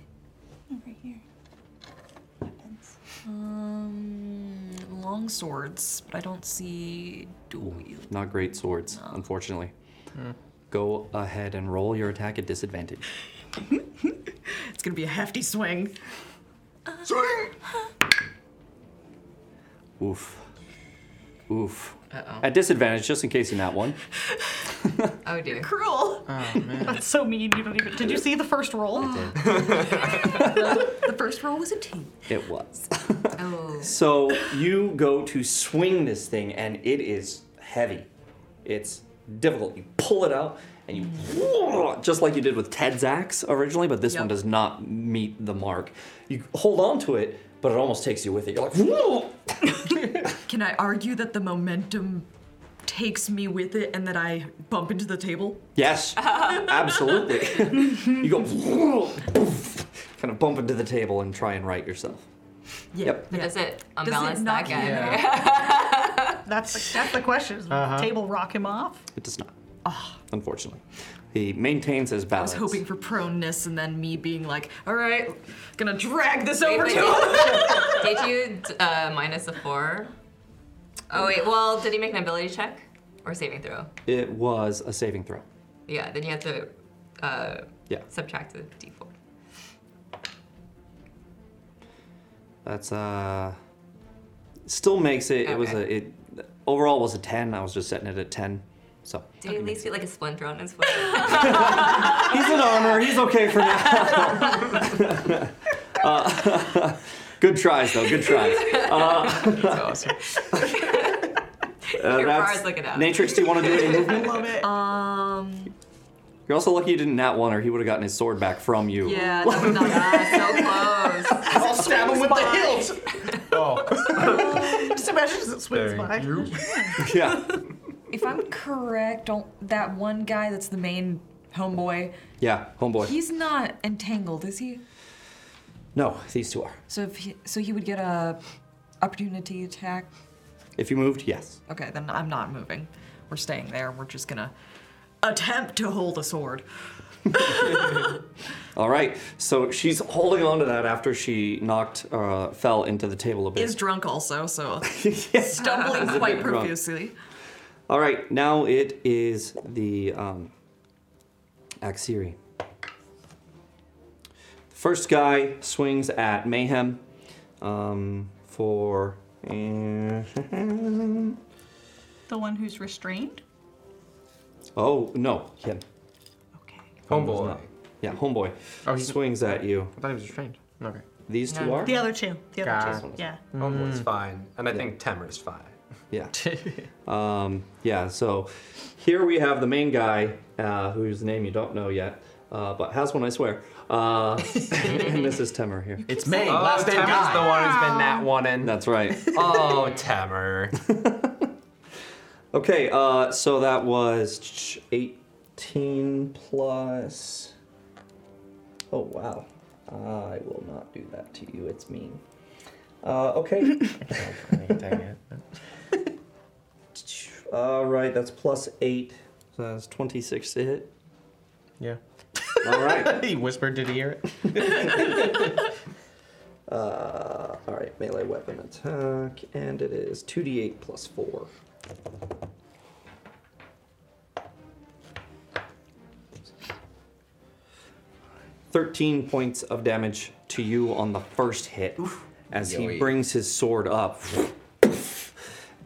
Speaker 6: Um, long swords, but I don't see dual wield.
Speaker 8: not great swords, unfortunately. Go ahead and roll your attack at disadvantage.
Speaker 6: It's gonna be a hefty swing. Uh,
Speaker 14: Swing!
Speaker 8: Oof. Oof.
Speaker 7: Uh-oh.
Speaker 8: At disadvantage, just in case you nat one.
Speaker 7: Oh dear.
Speaker 5: Cruel.
Speaker 8: Oh,
Speaker 5: That's so mean. You don't even. Did you see the first roll?
Speaker 6: Mm.
Speaker 7: the first roll was a two.
Speaker 8: It was.
Speaker 7: Oh.
Speaker 8: So you go to swing this thing, and it is heavy. It's difficult. You pull it out, and you just like you did with Ted's axe originally, but this one does not meet the mark. You hold on to it, but it almost takes you with it. You're like,
Speaker 6: Can I argue that the momentum takes me with it and that I bump into the table?
Speaker 8: yes, absolutely. you go, kind of bump into the table and try and right yourself. Yep.
Speaker 7: But does
Speaker 5: Does
Speaker 7: it
Speaker 5: it
Speaker 7: unbalance that
Speaker 5: knock
Speaker 7: guy?
Speaker 5: you That's the, that's the question. Does the
Speaker 8: Uh-huh.
Speaker 5: Table rock him off.
Speaker 8: It does not. Unfortunately, he maintains his
Speaker 6: Ah. I was
Speaker 8: balance.
Speaker 6: hoping for proneness and then me being like, all right, gonna drag this
Speaker 7: Wait,
Speaker 6: over
Speaker 7: wait,
Speaker 6: to him.
Speaker 7: did, did you d- uh, minus a four? Oh wait. Well, did he make an ability check or saving throw?
Speaker 8: It was a saving throw.
Speaker 7: Yeah. Then you have to uh,
Speaker 8: Yeah.
Speaker 7: subtract the d4.
Speaker 8: That's uh still makes it. It was a it overall was a ten. I was just setting it at ten. So
Speaker 7: Did he at least get like a splinter on his foot?
Speaker 8: he's an armor. He's okay for now. uh, good tries though. Good tries. Uh, uh,
Speaker 7: Your
Speaker 8: that's-
Speaker 7: bar's looking out.
Speaker 8: Natrix, do you want to do any movement?
Speaker 7: love it.
Speaker 6: Um.
Speaker 8: You're also lucky you didn't nat one, or he would have gotten his sword back from you.
Speaker 6: Yeah, that would not
Speaker 7: so close.
Speaker 10: I'll stab him with the hilt.
Speaker 5: Just imagine as it swings
Speaker 8: Thank
Speaker 5: by.
Speaker 8: yeah.
Speaker 6: If I'm correct, don't that one guy that's the main homeboy,
Speaker 8: Yeah. Homeboy.
Speaker 6: he's not entangled, is he?
Speaker 8: No, these two are.
Speaker 6: So if he, so he would get a opportunity attack.
Speaker 8: If you moved, yes.
Speaker 6: Okay, then I'm not moving. We're staying there. We're just gonna attempt to hold a sword.
Speaker 8: All right. So she's holding on to that after she knocked, uh, fell into the table a bit.
Speaker 6: Is drunk also, so stumbling
Speaker 8: Is a
Speaker 6: quite
Speaker 8: bit drunk.
Speaker 6: profusely.
Speaker 8: All right. Now it is the um, Axiri. The first guy swings at Mayhem um, for. oh,
Speaker 5: The one who's restrained.
Speaker 8: Oh no, him. Okay.
Speaker 1: Homeboy.
Speaker 8: Yeah, homeboy. Oh, he swings at you.
Speaker 1: I thought he was restrained. Okay.
Speaker 8: These two are.
Speaker 5: The other two. The other two. Yeah.
Speaker 2: Homeboy's
Speaker 8: Mm.
Speaker 2: fine, and I think Tamer's fine.
Speaker 8: Yeah. um, yeah, so here we have the main guy, uh, whose name you don't know yet, uh, but has one, I swear. Uh, and Mrs. Temmer here.
Speaker 2: It's
Speaker 1: me,
Speaker 2: Oh,
Speaker 1: last name
Speaker 2: Tamer's
Speaker 1: guy.
Speaker 2: the one who's been nat one in.
Speaker 8: That's right.
Speaker 2: Oh, Tamer.
Speaker 8: Okay, uh, so that was 18 plus. Oh, wow. I will not do that to you. It's mean. Uh, okay. All right, that's plus eight. So that's 26 to hit.
Speaker 1: Yeah.
Speaker 8: All right.
Speaker 1: he whispered, did he hear it?
Speaker 8: Uh, all right, melee weapon attack, and it is 2d8 plus 4. Thirteen points of damage to you on the first hit, as he
Speaker 1: Yoey.
Speaker 8: brings his sword up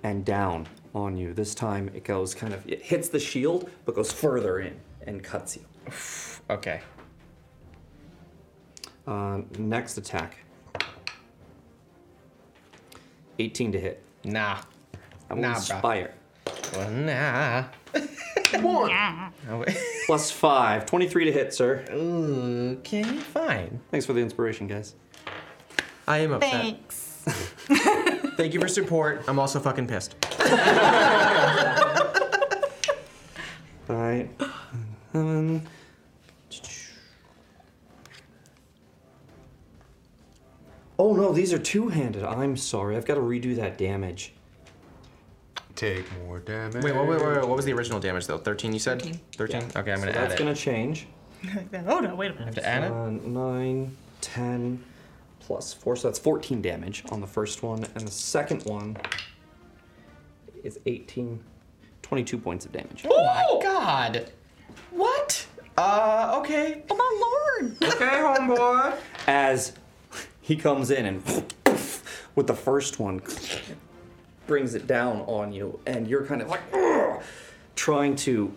Speaker 8: and down on you. This time, it goes kind of it hits the shield, but goes further in and cuts you.
Speaker 1: Okay.
Speaker 8: Uh, next attack. 18 to hit.
Speaker 1: Nah.
Speaker 8: I will
Speaker 1: Nah, bruh.
Speaker 8: inspire.
Speaker 1: Well, nah.
Speaker 5: One.
Speaker 8: Plus 5. 23 to hit, sir. Okay, fine. Thanks for the inspiration, guys.
Speaker 1: I am upset.
Speaker 5: Thanks.
Speaker 1: Thank you for support. I'm also fucking pissed.
Speaker 8: All right. Um, oh no, these are two handed. I'm sorry. I've got to redo that damage.
Speaker 2: Take more damage.
Speaker 1: Wait, wait, wait, wait, wait. What was the original damage though? 13, you said? 13. Okay, I'm
Speaker 8: So
Speaker 1: gonna add
Speaker 8: that's
Speaker 1: it.
Speaker 8: going to change.
Speaker 5: oh no! Wait a minute.
Speaker 8: Uh, 9, 10, plus 4. So that's 14 damage on the first one. And the second one is 18, 22 points of damage.
Speaker 1: Oh my god. What? Uh, okay.
Speaker 5: Oh my lord.
Speaker 1: Okay, homeboy.
Speaker 8: As He comes in and with the first one brings it down on you, and you're kind of like "Ugh," trying to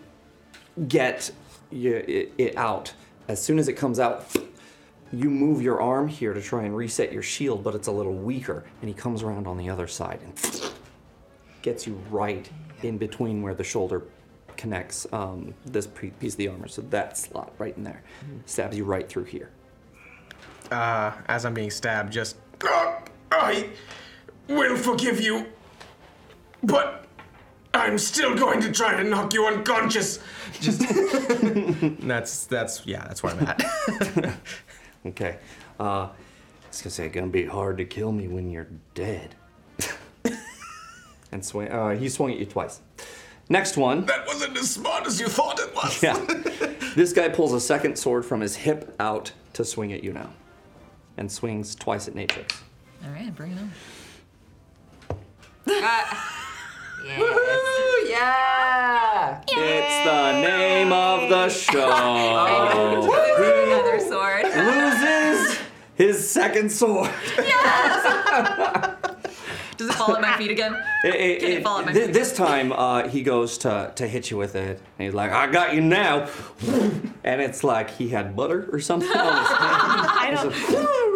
Speaker 8: get y- it it out. As soon as it comes out, you move your arm here to try and reset your shield, but it's a little weaker, and he comes around on the other side and gets you right in between where the shoulder connects um, this pe- piece of the armor. So that slot right in there stabs you right through here.
Speaker 1: Uh, as I'm being stabbed, just uh,
Speaker 4: I will forgive you, but I'm still going to try to knock you unconscious.
Speaker 1: that's that's yeah, that's where I'm at.
Speaker 8: Okay. Uh, I was gonna say, gonna be hard to kill me when you're dead. and swing. Uh, he swung at you twice. Next one.
Speaker 4: That wasn't as smart as you thought it was.
Speaker 8: Yeah. this guy pulls a second sword from his hip out to swing at you now, and swings twice at Natrix.
Speaker 6: All right, bring it on.
Speaker 7: Uh, Woohoo! Yeah!
Speaker 8: It's the name of the show.
Speaker 7: Another sword.
Speaker 8: Loses his second sword.
Speaker 6: Does it fall at my feet again?
Speaker 8: It- it-
Speaker 6: Can it
Speaker 8: it-
Speaker 6: fall at my
Speaker 8: thi-
Speaker 6: feet?
Speaker 8: this time uh, he goes to to hit you with it, and he's like, "I got you now," and it's like he had butter or something. on his hand.
Speaker 5: I
Speaker 8: It's
Speaker 5: don't.
Speaker 8: a-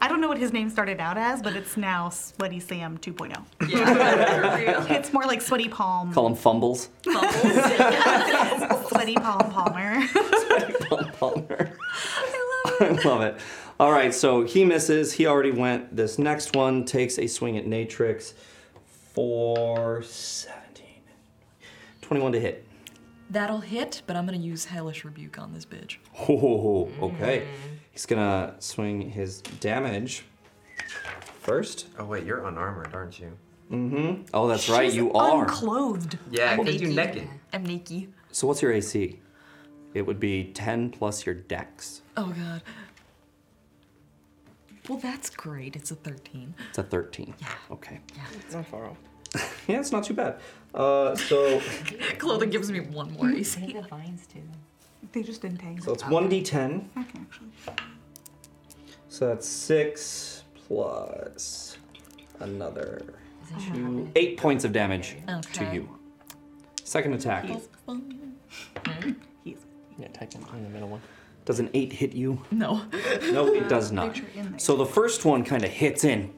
Speaker 5: I don't know what his name started out as, but it's now Sweaty Sam 2.0. it's more like Sweaty Palm.
Speaker 8: Call him fumbles.
Speaker 5: Sweaty Palm Palmer.
Speaker 8: I love it. All right, so he misses. He already went. This next one takes a swing at Natrix for 17. 21 to hit.
Speaker 6: That'll hit, but I'm gonna use Hellish Rebuke on this bitch.
Speaker 8: Oh, okay. He's gonna swing his damage first.
Speaker 2: Oh wait, you're unarmored, aren't you?
Speaker 8: Mm-hmm. Oh, that's right, you are.
Speaker 5: Unclothed.
Speaker 2: Yeah, 'cause you're naked.
Speaker 6: I'm naked.
Speaker 8: so what's your AC? It would be 10 plus your dex.
Speaker 6: Oh god. Well, that's great. It's a 13.
Speaker 8: It's a 13. Yeah. Okay.
Speaker 6: Yeah, it's not far off.
Speaker 8: Yeah, it's not too bad. Uh, so
Speaker 6: Clothing gives me one more AC.
Speaker 5: They just entangle.
Speaker 8: So it's 1d10. So that's six plus another two, eight points of damage to
Speaker 6: Okay.
Speaker 8: you. Second attack.
Speaker 6: Hmm?
Speaker 15: Yeah, type in in the middle one.
Speaker 8: Does an eight hit you?
Speaker 6: No.
Speaker 8: No, it does not.
Speaker 15: Picture in there.
Speaker 8: So the first one kind of hits in.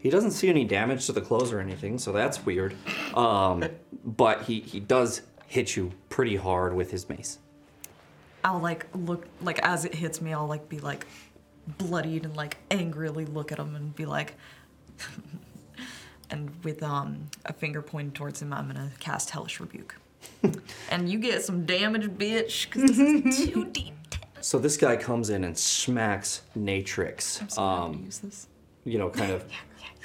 Speaker 8: He doesn't see any damage to the clothes or anything, so that's weird. Um, but he, he does hit you pretty hard with his mace.
Speaker 6: I'll like look like as it hits me, I'll like be like bloodied and like angrily look at him and be like, and with um a finger pointed towards him, I'm gonna cast Hellish Rebuke. and you get some damage, bitch, because this is too deep.
Speaker 8: Mm-hmm. So this guy comes in and smacks Natrix. um, You know, kind of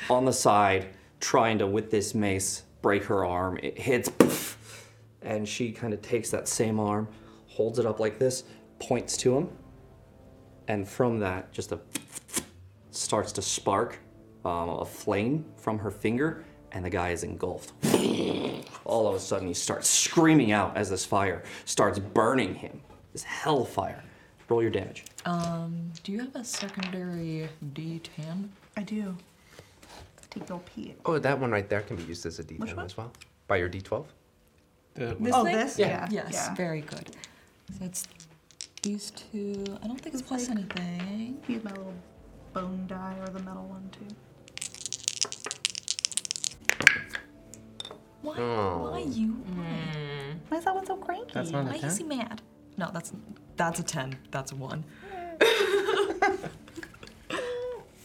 Speaker 8: on the side, trying to with this mace break her arm. It hits, and she kind of takes that same arm, holds it up like this, points to him, and from that, just a starts to spark um, a flame from her finger, and the guy is engulfed. All of a sudden, he starts screaming out as this fire starts burning him. This hellfire. Roll your damage.
Speaker 6: Um, do you have a secondary D10?
Speaker 5: I do. Take your pee.
Speaker 2: Oh, that one right there can be used as a D10 as well. By your D12.
Speaker 6: oh,
Speaker 5: thing?
Speaker 6: this?
Speaker 5: Yeah.
Speaker 6: Yes,
Speaker 5: Yeah.
Speaker 6: very good. So it's these two. I don't think it's plus anything.
Speaker 5: Use my little bone die or the metal one too.
Speaker 6: Why?
Speaker 5: Oh.
Speaker 6: Why you? Why
Speaker 5: is that one so cranky?
Speaker 6: That's not a Why is 10? he mad? No, that's that's a ten. That's a one.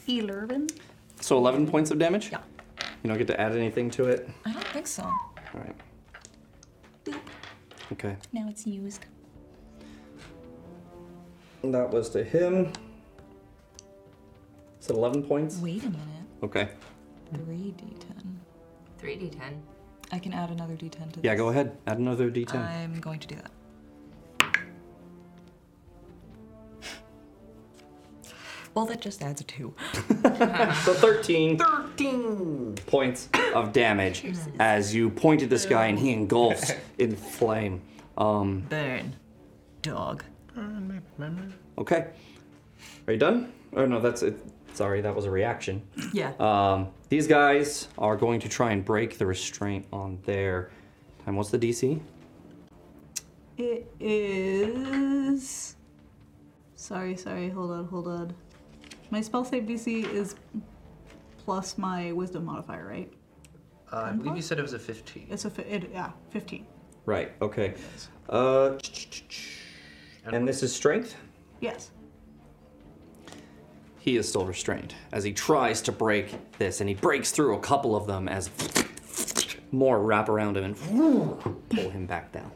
Speaker 5: Elurban.
Speaker 8: So 11 points of damage? Yeah. You don't get to add anything to it?
Speaker 6: I don't think so.
Speaker 8: All right. Okay.
Speaker 6: Now it's used.
Speaker 8: That was to him. Is it 11 points?
Speaker 6: Wait a minute.
Speaker 8: Okay.
Speaker 6: Three d10.
Speaker 7: Three d10.
Speaker 6: I can add another d10 to this.
Speaker 8: Yeah, go ahead. Add another d10.
Speaker 6: I'm going to do that. Well, that just adds a two.
Speaker 8: so 13. 13 points of damage as you point at this guy and he engulfs in flame. Um,
Speaker 6: Burn. Dog.
Speaker 8: Okay. Are you done? Oh no, that's it. Sorry, that was a reaction.
Speaker 6: Yeah.
Speaker 8: Um, these guys are going to try and break the restraint on their time. What's the DC?
Speaker 16: It is. Sorry, sorry. Hold on, hold on. My spell save DC is plus my wisdom modifier, right?
Speaker 17: Uh, I believe you said it was a 15.
Speaker 16: It's a fi- it, yeah, fifteen.
Speaker 8: Right. Okay. Uh, and this is strength.
Speaker 16: Yes.
Speaker 8: He is still restrained as he tries to break this, and he breaks through a couple of them as more wrap around him and pull him back down.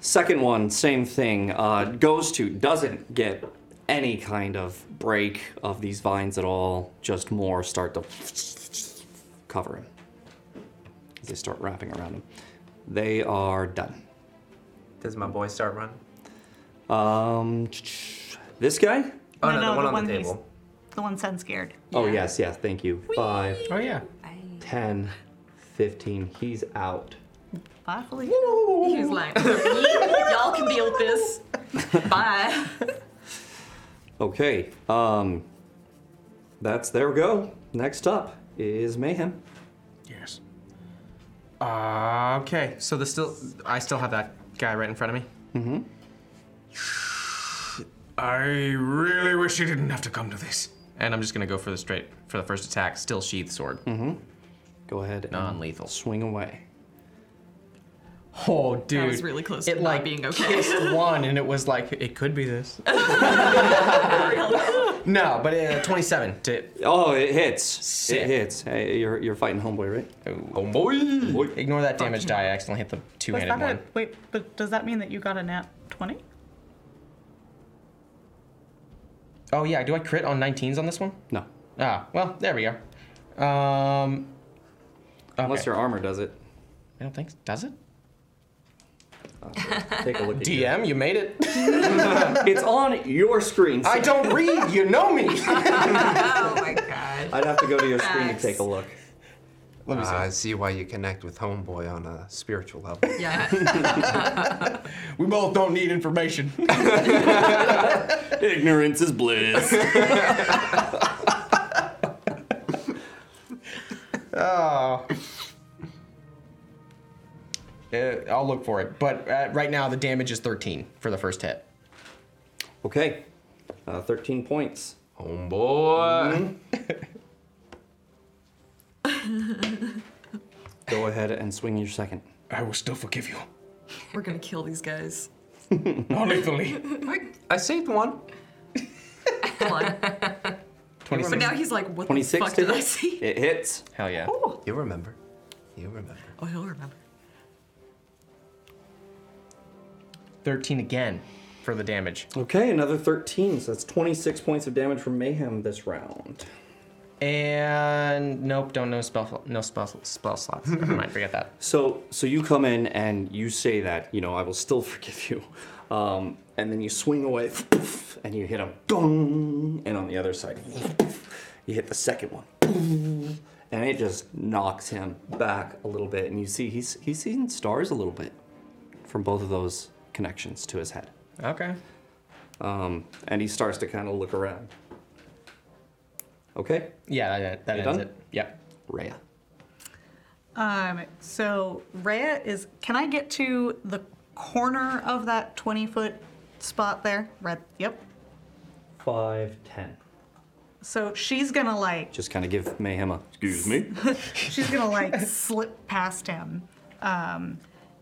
Speaker 8: Second one, same thing. Uh, goes to, doesn't get any kind of break of these vines at all. Just more start to cover him as they start wrapping around him. They are done.
Speaker 2: Does my boy start running?
Speaker 8: Um, this guy?
Speaker 2: Oh, no, the one on the
Speaker 5: he's-
Speaker 2: table.
Speaker 5: The one sounds scared.
Speaker 8: Oh, yes, yes, thank you. Five.
Speaker 5: Oh, yeah.
Speaker 8: 10, 15. He's out.
Speaker 5: Awfully.
Speaker 6: He's like, y'all can deal with this. Bye.
Speaker 8: Okay. Um, that's there we go. Next up is Mayhem.
Speaker 1: Yes. Uh, okay, so the still, I still have that guy right in front of me.
Speaker 8: Mm-hmm.
Speaker 17: Mm-hmm.
Speaker 1: I really wish you didn't have to come to this. And I'm just gonna go for the straight for the first attack. Still sheath sword.
Speaker 8: Mm-hmm. Go ahead.
Speaker 1: Non-lethal.
Speaker 8: Swing away.
Speaker 1: Oh, dude.
Speaker 6: was really close
Speaker 1: It
Speaker 6: to not
Speaker 1: like
Speaker 6: being okay.
Speaker 1: kissed one, and it was like it could be this. no, but uh, 27 to.
Speaker 8: Oh, it hits.
Speaker 1: Sick. Oh.
Speaker 8: It hits. Hey, you're, you're fighting Homeboy, right?
Speaker 1: Homeboy. Ignore that damage die. I accidentally hit the
Speaker 5: Was
Speaker 1: two-handed
Speaker 5: that
Speaker 1: one.
Speaker 5: a, wait, but does that mean that you got a nat 20?
Speaker 1: Oh yeah, do I crit on 19s on this one?
Speaker 8: No.
Speaker 1: Ah, well, there we go. Um,
Speaker 8: Unless your armor does it.
Speaker 1: I don't think. Does it?
Speaker 8: Oh, Take a look at you.
Speaker 1: DM, you made it.
Speaker 8: it's on your screen.
Speaker 1: I don't read. You know me.
Speaker 7: Oh
Speaker 8: I'd have to go to your screen to take a look.
Speaker 2: Let
Speaker 1: me see.
Speaker 2: I see why you connect with Homeboy on a spiritual level.
Speaker 1: we both don't need information.
Speaker 8: Ignorance is bliss.
Speaker 1: Oh. Uh, I'll look for it. But uh, right now, the damage is 13 for the first hit.
Speaker 8: Okay. Uh, 13 points.
Speaker 2: Homeboy.
Speaker 8: Go ahead and swing your second.
Speaker 1: I will still forgive you.
Speaker 6: We're gonna kill these guys.
Speaker 1: Not lethally.
Speaker 2: I saved one.
Speaker 6: But now he's like, what the fuck did I see?
Speaker 8: It hits.
Speaker 1: Hell yeah.
Speaker 2: You'll remember. You'll remember.
Speaker 6: Oh, he'll remember.
Speaker 1: 13 again for the damage.
Speaker 8: Okay, another 13. So that's 26 points of damage from Mayhem this round.
Speaker 1: And nope, don't know spell no spell spell slots. Never mind, forget that.
Speaker 8: So, so you come in and you say that, you know, I will still forgive you. Um, and then you swing away and you hit him. Dong! And on the other side, you hit the second one. And it just knocks him back a little bit. And you see he's, he's seeing stars a little bit from both of those connections to his head.
Speaker 1: Okay.
Speaker 8: Um, and he starts to kind of look around. Okay?
Speaker 1: Yeah, that, that
Speaker 8: You
Speaker 1: ends
Speaker 8: done?
Speaker 1: it. Yep.
Speaker 8: Rhea.
Speaker 5: Um, so Rhea is. Can I get to the corner of that 20 foot spot there? Red. Yep.
Speaker 8: Five, ten.
Speaker 5: So she's gonna like.
Speaker 8: Just kind of give Mayhem a, excuse me?
Speaker 5: she's gonna like slip past him, um,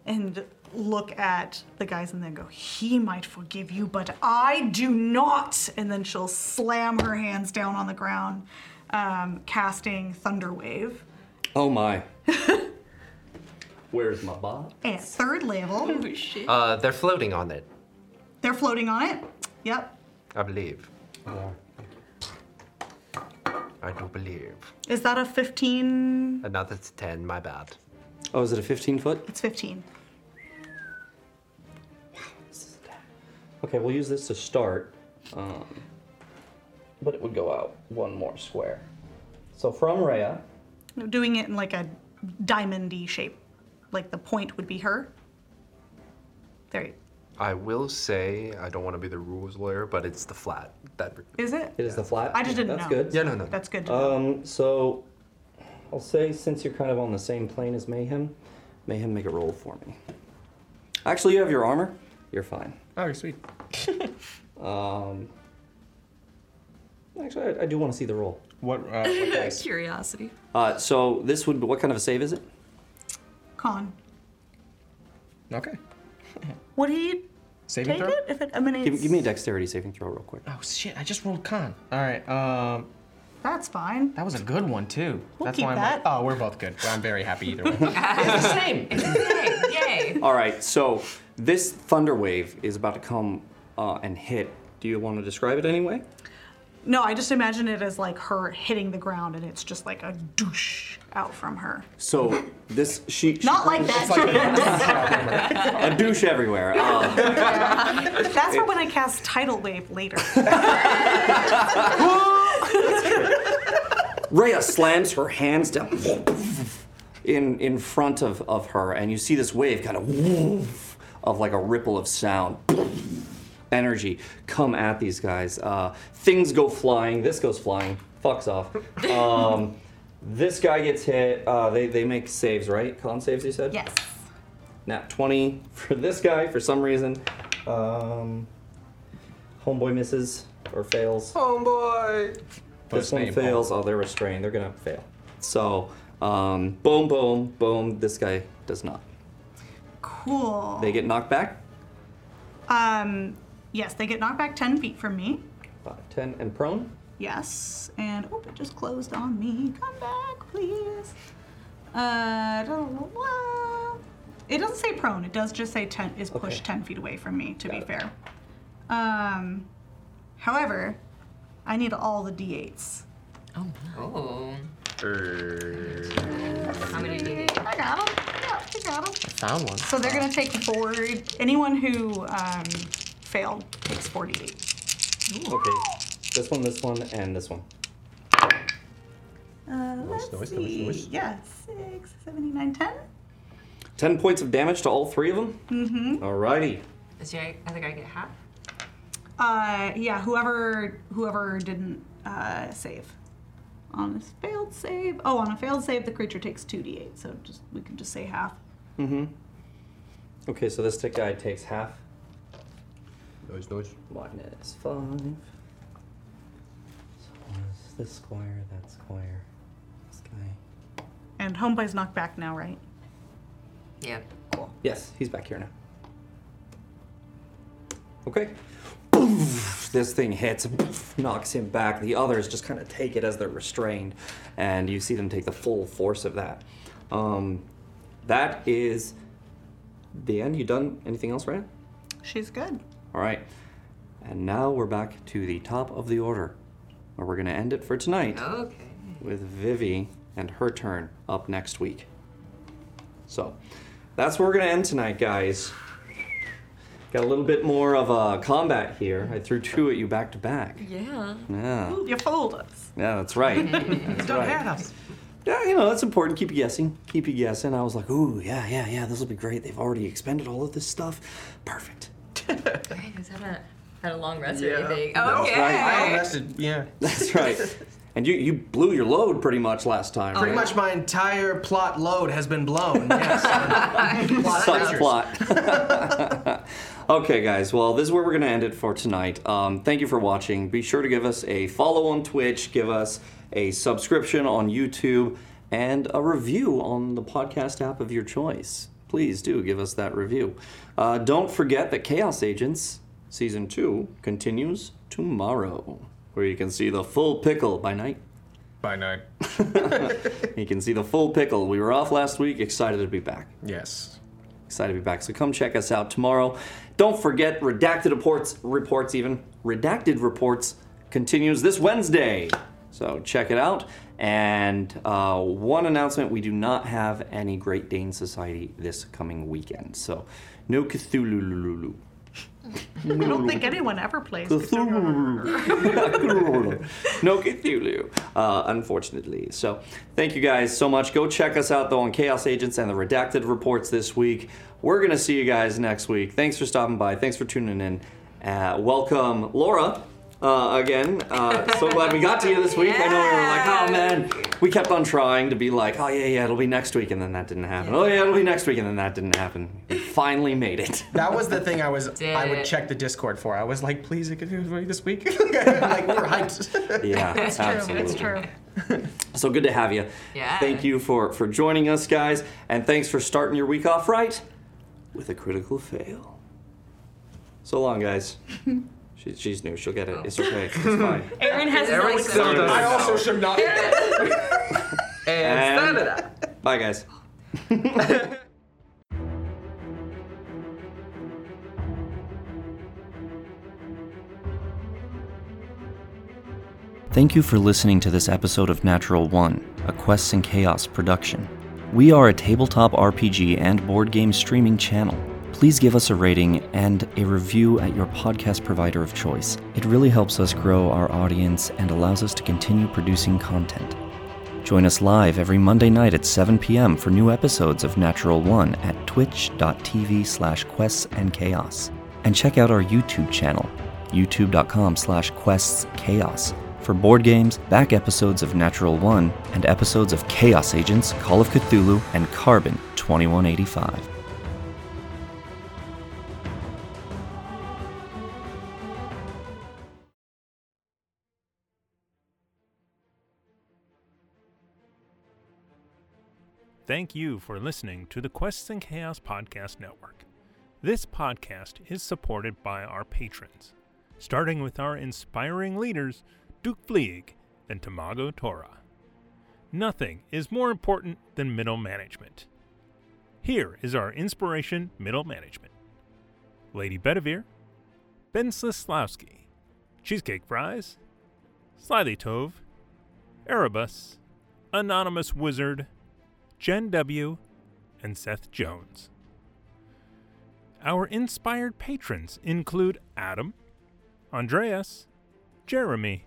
Speaker 5: and look at the guys and then go. He might forgive you, but I do not. And then she'll slam her hands down on the ground, um, casting thunder wave.
Speaker 8: Oh my. Where's my bot?
Speaker 5: And third level.
Speaker 2: Uh, they're floating on it,
Speaker 5: They're floating on it. Yep.
Speaker 2: I believe. I do believe.
Speaker 5: Is that a 15?
Speaker 2: Another to 10, my bad.
Speaker 8: Oh, is it a 15 foot?
Speaker 5: It's 15.
Speaker 8: Okay, we'll use this to start. Um, but it would go out one more square. So from Rhea.
Speaker 5: Doing it in like a diamond shape. Like the point would be her. There you
Speaker 2: I will say I don't want to be the rules lawyer, but it's the flat. That
Speaker 5: Is it?
Speaker 8: It is the flat.
Speaker 5: I just didn't
Speaker 8: That's
Speaker 5: know.
Speaker 8: good.
Speaker 2: Yeah, no, no.
Speaker 5: That's good to know.
Speaker 8: Um, so I'll say since you're kind of on the same plane as Mayhem, Mayhem make a roll for me. Actually, you have your armor. You're fine.
Speaker 1: Oh, you're sweet.
Speaker 8: Um, actually, I, I do want to see the roll.
Speaker 1: What?
Speaker 6: Curiosity.
Speaker 8: Uh, so this would be what kind of a save is it?
Speaker 5: Con.
Speaker 1: Okay.
Speaker 10: Would he
Speaker 1: Saving
Speaker 10: take
Speaker 1: throw?
Speaker 10: it if it emanates?
Speaker 8: Give, give me a dexterity saving throw real quick.
Speaker 1: Oh shit! I just rolled con. All right. Um,
Speaker 5: That's fine.
Speaker 1: that was a good one too.
Speaker 5: We'll
Speaker 1: That's
Speaker 5: keep
Speaker 1: why I'm
Speaker 5: that.
Speaker 1: like, oh, we're both good. I'm very happy either way.
Speaker 7: it's the same. It's the same. Yay.
Speaker 8: All right. So this thunder wave is about to come uh, and hit. Do you want to describe it anyway?
Speaker 5: No, I just imagine it as like her hitting the ground and it's just like a douche out from her.
Speaker 8: So this she, she
Speaker 5: Not like that.
Speaker 8: a douche everywhere. Uh,
Speaker 5: That's for when I cast Tidal Wave later.
Speaker 8: Rhea slams her hands down in in front of, of her, and you see this wave kind of of like a ripple of sound energy come at these guys. Uh, things go flying. This goes flying. Fucks off. Um, this guy gets hit. Uh, they they make saves, right? Con saves. You said.
Speaker 7: Yes.
Speaker 8: Nat twenty for this guy for some reason. Um, homeboy misses or fails.
Speaker 2: Homeboy.
Speaker 8: This
Speaker 2: First
Speaker 8: one
Speaker 2: name,
Speaker 8: fails. Oh, they're restrained. They're gonna fail. So, um, boom, boom, boom. This guy does not.
Speaker 5: cool.
Speaker 8: They get knocked back.
Speaker 5: Um, yes, they get knocked back 10 feet from me.
Speaker 8: Five, ten, and prone.
Speaker 5: Yes, and oh, it just closed on me. Come back, please. Uh, da- da- da- it doesn't say prone. It does just say ten is pushed ten feet away from me. To be fair. Um, however, I need all the d8s.
Speaker 7: Oh.
Speaker 5: How many d8s? I got them. Yeah, I got 'em.
Speaker 15: Found one.
Speaker 5: So they're gonna take four. Anyone who um, failed takes four d8.
Speaker 8: Okay. This one, this one, and this one.
Speaker 5: Uh, let's
Speaker 8: noise, noise,
Speaker 5: see.
Speaker 8: noise.
Speaker 5: Yeah, six, seven, eight, nine, ten.
Speaker 8: Ten points of damage to all three of them.
Speaker 5: Mm-hmm.
Speaker 8: Alrighty.
Speaker 7: Does your other guy get half?
Speaker 5: Uh, yeah, whoever whoever didn't uh, save on a failed save. Oh, on a failed save, the creature takes two d8. So just we can just say half.
Speaker 8: Mm-hmm. Okay, so this tick guy takes half. Noise, noise. Minus five. So it's this squire, that squire, this guy.
Speaker 5: And homeboy's knocked back now, right?
Speaker 7: Yeah.
Speaker 5: Cool.
Speaker 8: Yes, he's back here now. Okay. This thing hits, knocks him back. The others just kind of take it as they're restrained, and you see them take the full force of that. Um, that is the end. You done anything else, right?
Speaker 5: She's good.
Speaker 8: All right. And now we're back to the top of the order, where we're going to end it for tonight
Speaker 7: Okay.
Speaker 8: with Vivi and her turn up next week. So that's where we're going to end tonight, guys. Got a little bit more of a combat here. I threw two at you back to back.
Speaker 7: Yeah.
Speaker 8: Yeah.
Speaker 5: You fooled us.
Speaker 8: Yeah, that's right. That's
Speaker 5: Don't
Speaker 8: right.
Speaker 5: hurt us.
Speaker 8: Yeah, you know, that's important. Keep you guessing. Keep you guessing. I was like, ooh, yeah, yeah, yeah, this will be great. They've already expended all of this stuff. Perfect.
Speaker 7: Hey, is that a had a long rest or
Speaker 4: Yeah.
Speaker 7: anything?
Speaker 4: No.
Speaker 7: Okay.
Speaker 4: I rested. Yeah.
Speaker 8: That's right. And you, you blew your load pretty much last time.
Speaker 17: Pretty
Speaker 8: right?
Speaker 17: much my entire plot load has been blown. Yes. Plot
Speaker 8: Sucks
Speaker 17: features.
Speaker 8: plot. okay, guys. Well, this is where we're going to end it for tonight. Um, thank you for watching. Be sure to give us a follow on Twitch, give us a subscription on YouTube, and a review on the podcast app of your choice. Please do give us that review. Uh, don't forget that Chaos Agents Season 2 continues tomorrow, where you can see the full pickle by night.
Speaker 4: By night.
Speaker 8: You can see the full pickle. We were off last week, excited to be back.
Speaker 4: Yes.
Speaker 8: Excited to be back. So come check us out tomorrow. Don't forget redacted reports reports even redacted reports continues this Wednesday. So check it out. And uh, one announcement: we do not have any Great Dane Society this coming weekend. So no Cthulhu.
Speaker 5: I don't think anyone ever plays.
Speaker 8: Cthulhu. no Cthulhu, uh, unfortunately. So, thank you guys so much. Go check us out though on Chaos Agents and the Redacted Reports this week. We're going to see you guys next week. Thanks for stopping by. Thanks for tuning in. Uh, welcome, Laura, uh, again. Uh, so glad we got to you this week. I know we were like, oh man, we kept on trying to be like, oh yeah, yeah, it'll be next week, and then that didn't happen. Oh yeah, it'll be next week, and then that didn't happen. We finally made it.
Speaker 1: That was the thing I was I would
Speaker 8: it.
Speaker 1: check the Discord for. I was like, please, it could do it this week. like we're hyped.
Speaker 8: Yeah, That's true, that's absolutely. true. So good to have you.
Speaker 7: Yeah.
Speaker 8: Thank you for for joining us, guys, and thanks for starting your week off right with a critical fail. So long, guys. She, she's new. She'll get it. It's okay. It's fine.
Speaker 5: Aaron has his
Speaker 8: Aaron
Speaker 5: lights
Speaker 8: still
Speaker 5: on.
Speaker 8: does. I also
Speaker 1: should not.
Speaker 8: And stamina. Bye, guys.
Speaker 18: Thank you for listening to this episode of Natural One, a Quests and Chaos production. We are a tabletop RPG and board game streaming channel. Please give us a rating and a review at your podcast provider of choice. It really helps us grow our audience and allows us to continue producing content. Join us live every Monday night at 7 p.m. for new episodes of Natural One at twitch.tv slash quests and chaos. And check out our YouTube channel, youtube.com slash quests chaos, for board games, back episodes of Natural One, and episodes of Chaos Agents, Call of Cthulhu, and Carbon 2185.
Speaker 19: Thank you for listening to the Quests and Chaos Podcast Network. This podcast is supported by our patrons, starting with our inspiring leaders, Duke Fleeg and Tamago Tora. Nothing is more important than middle management. Here is our inspiration middle management Lady Bedivere, Ben Slislawski, Cheesecake Fries, Slyly Tove, Erebus, Anonymous Wizard, Jen W., and Seth Jones. Our inspired patrons include Adam, Andreas, Jeremy,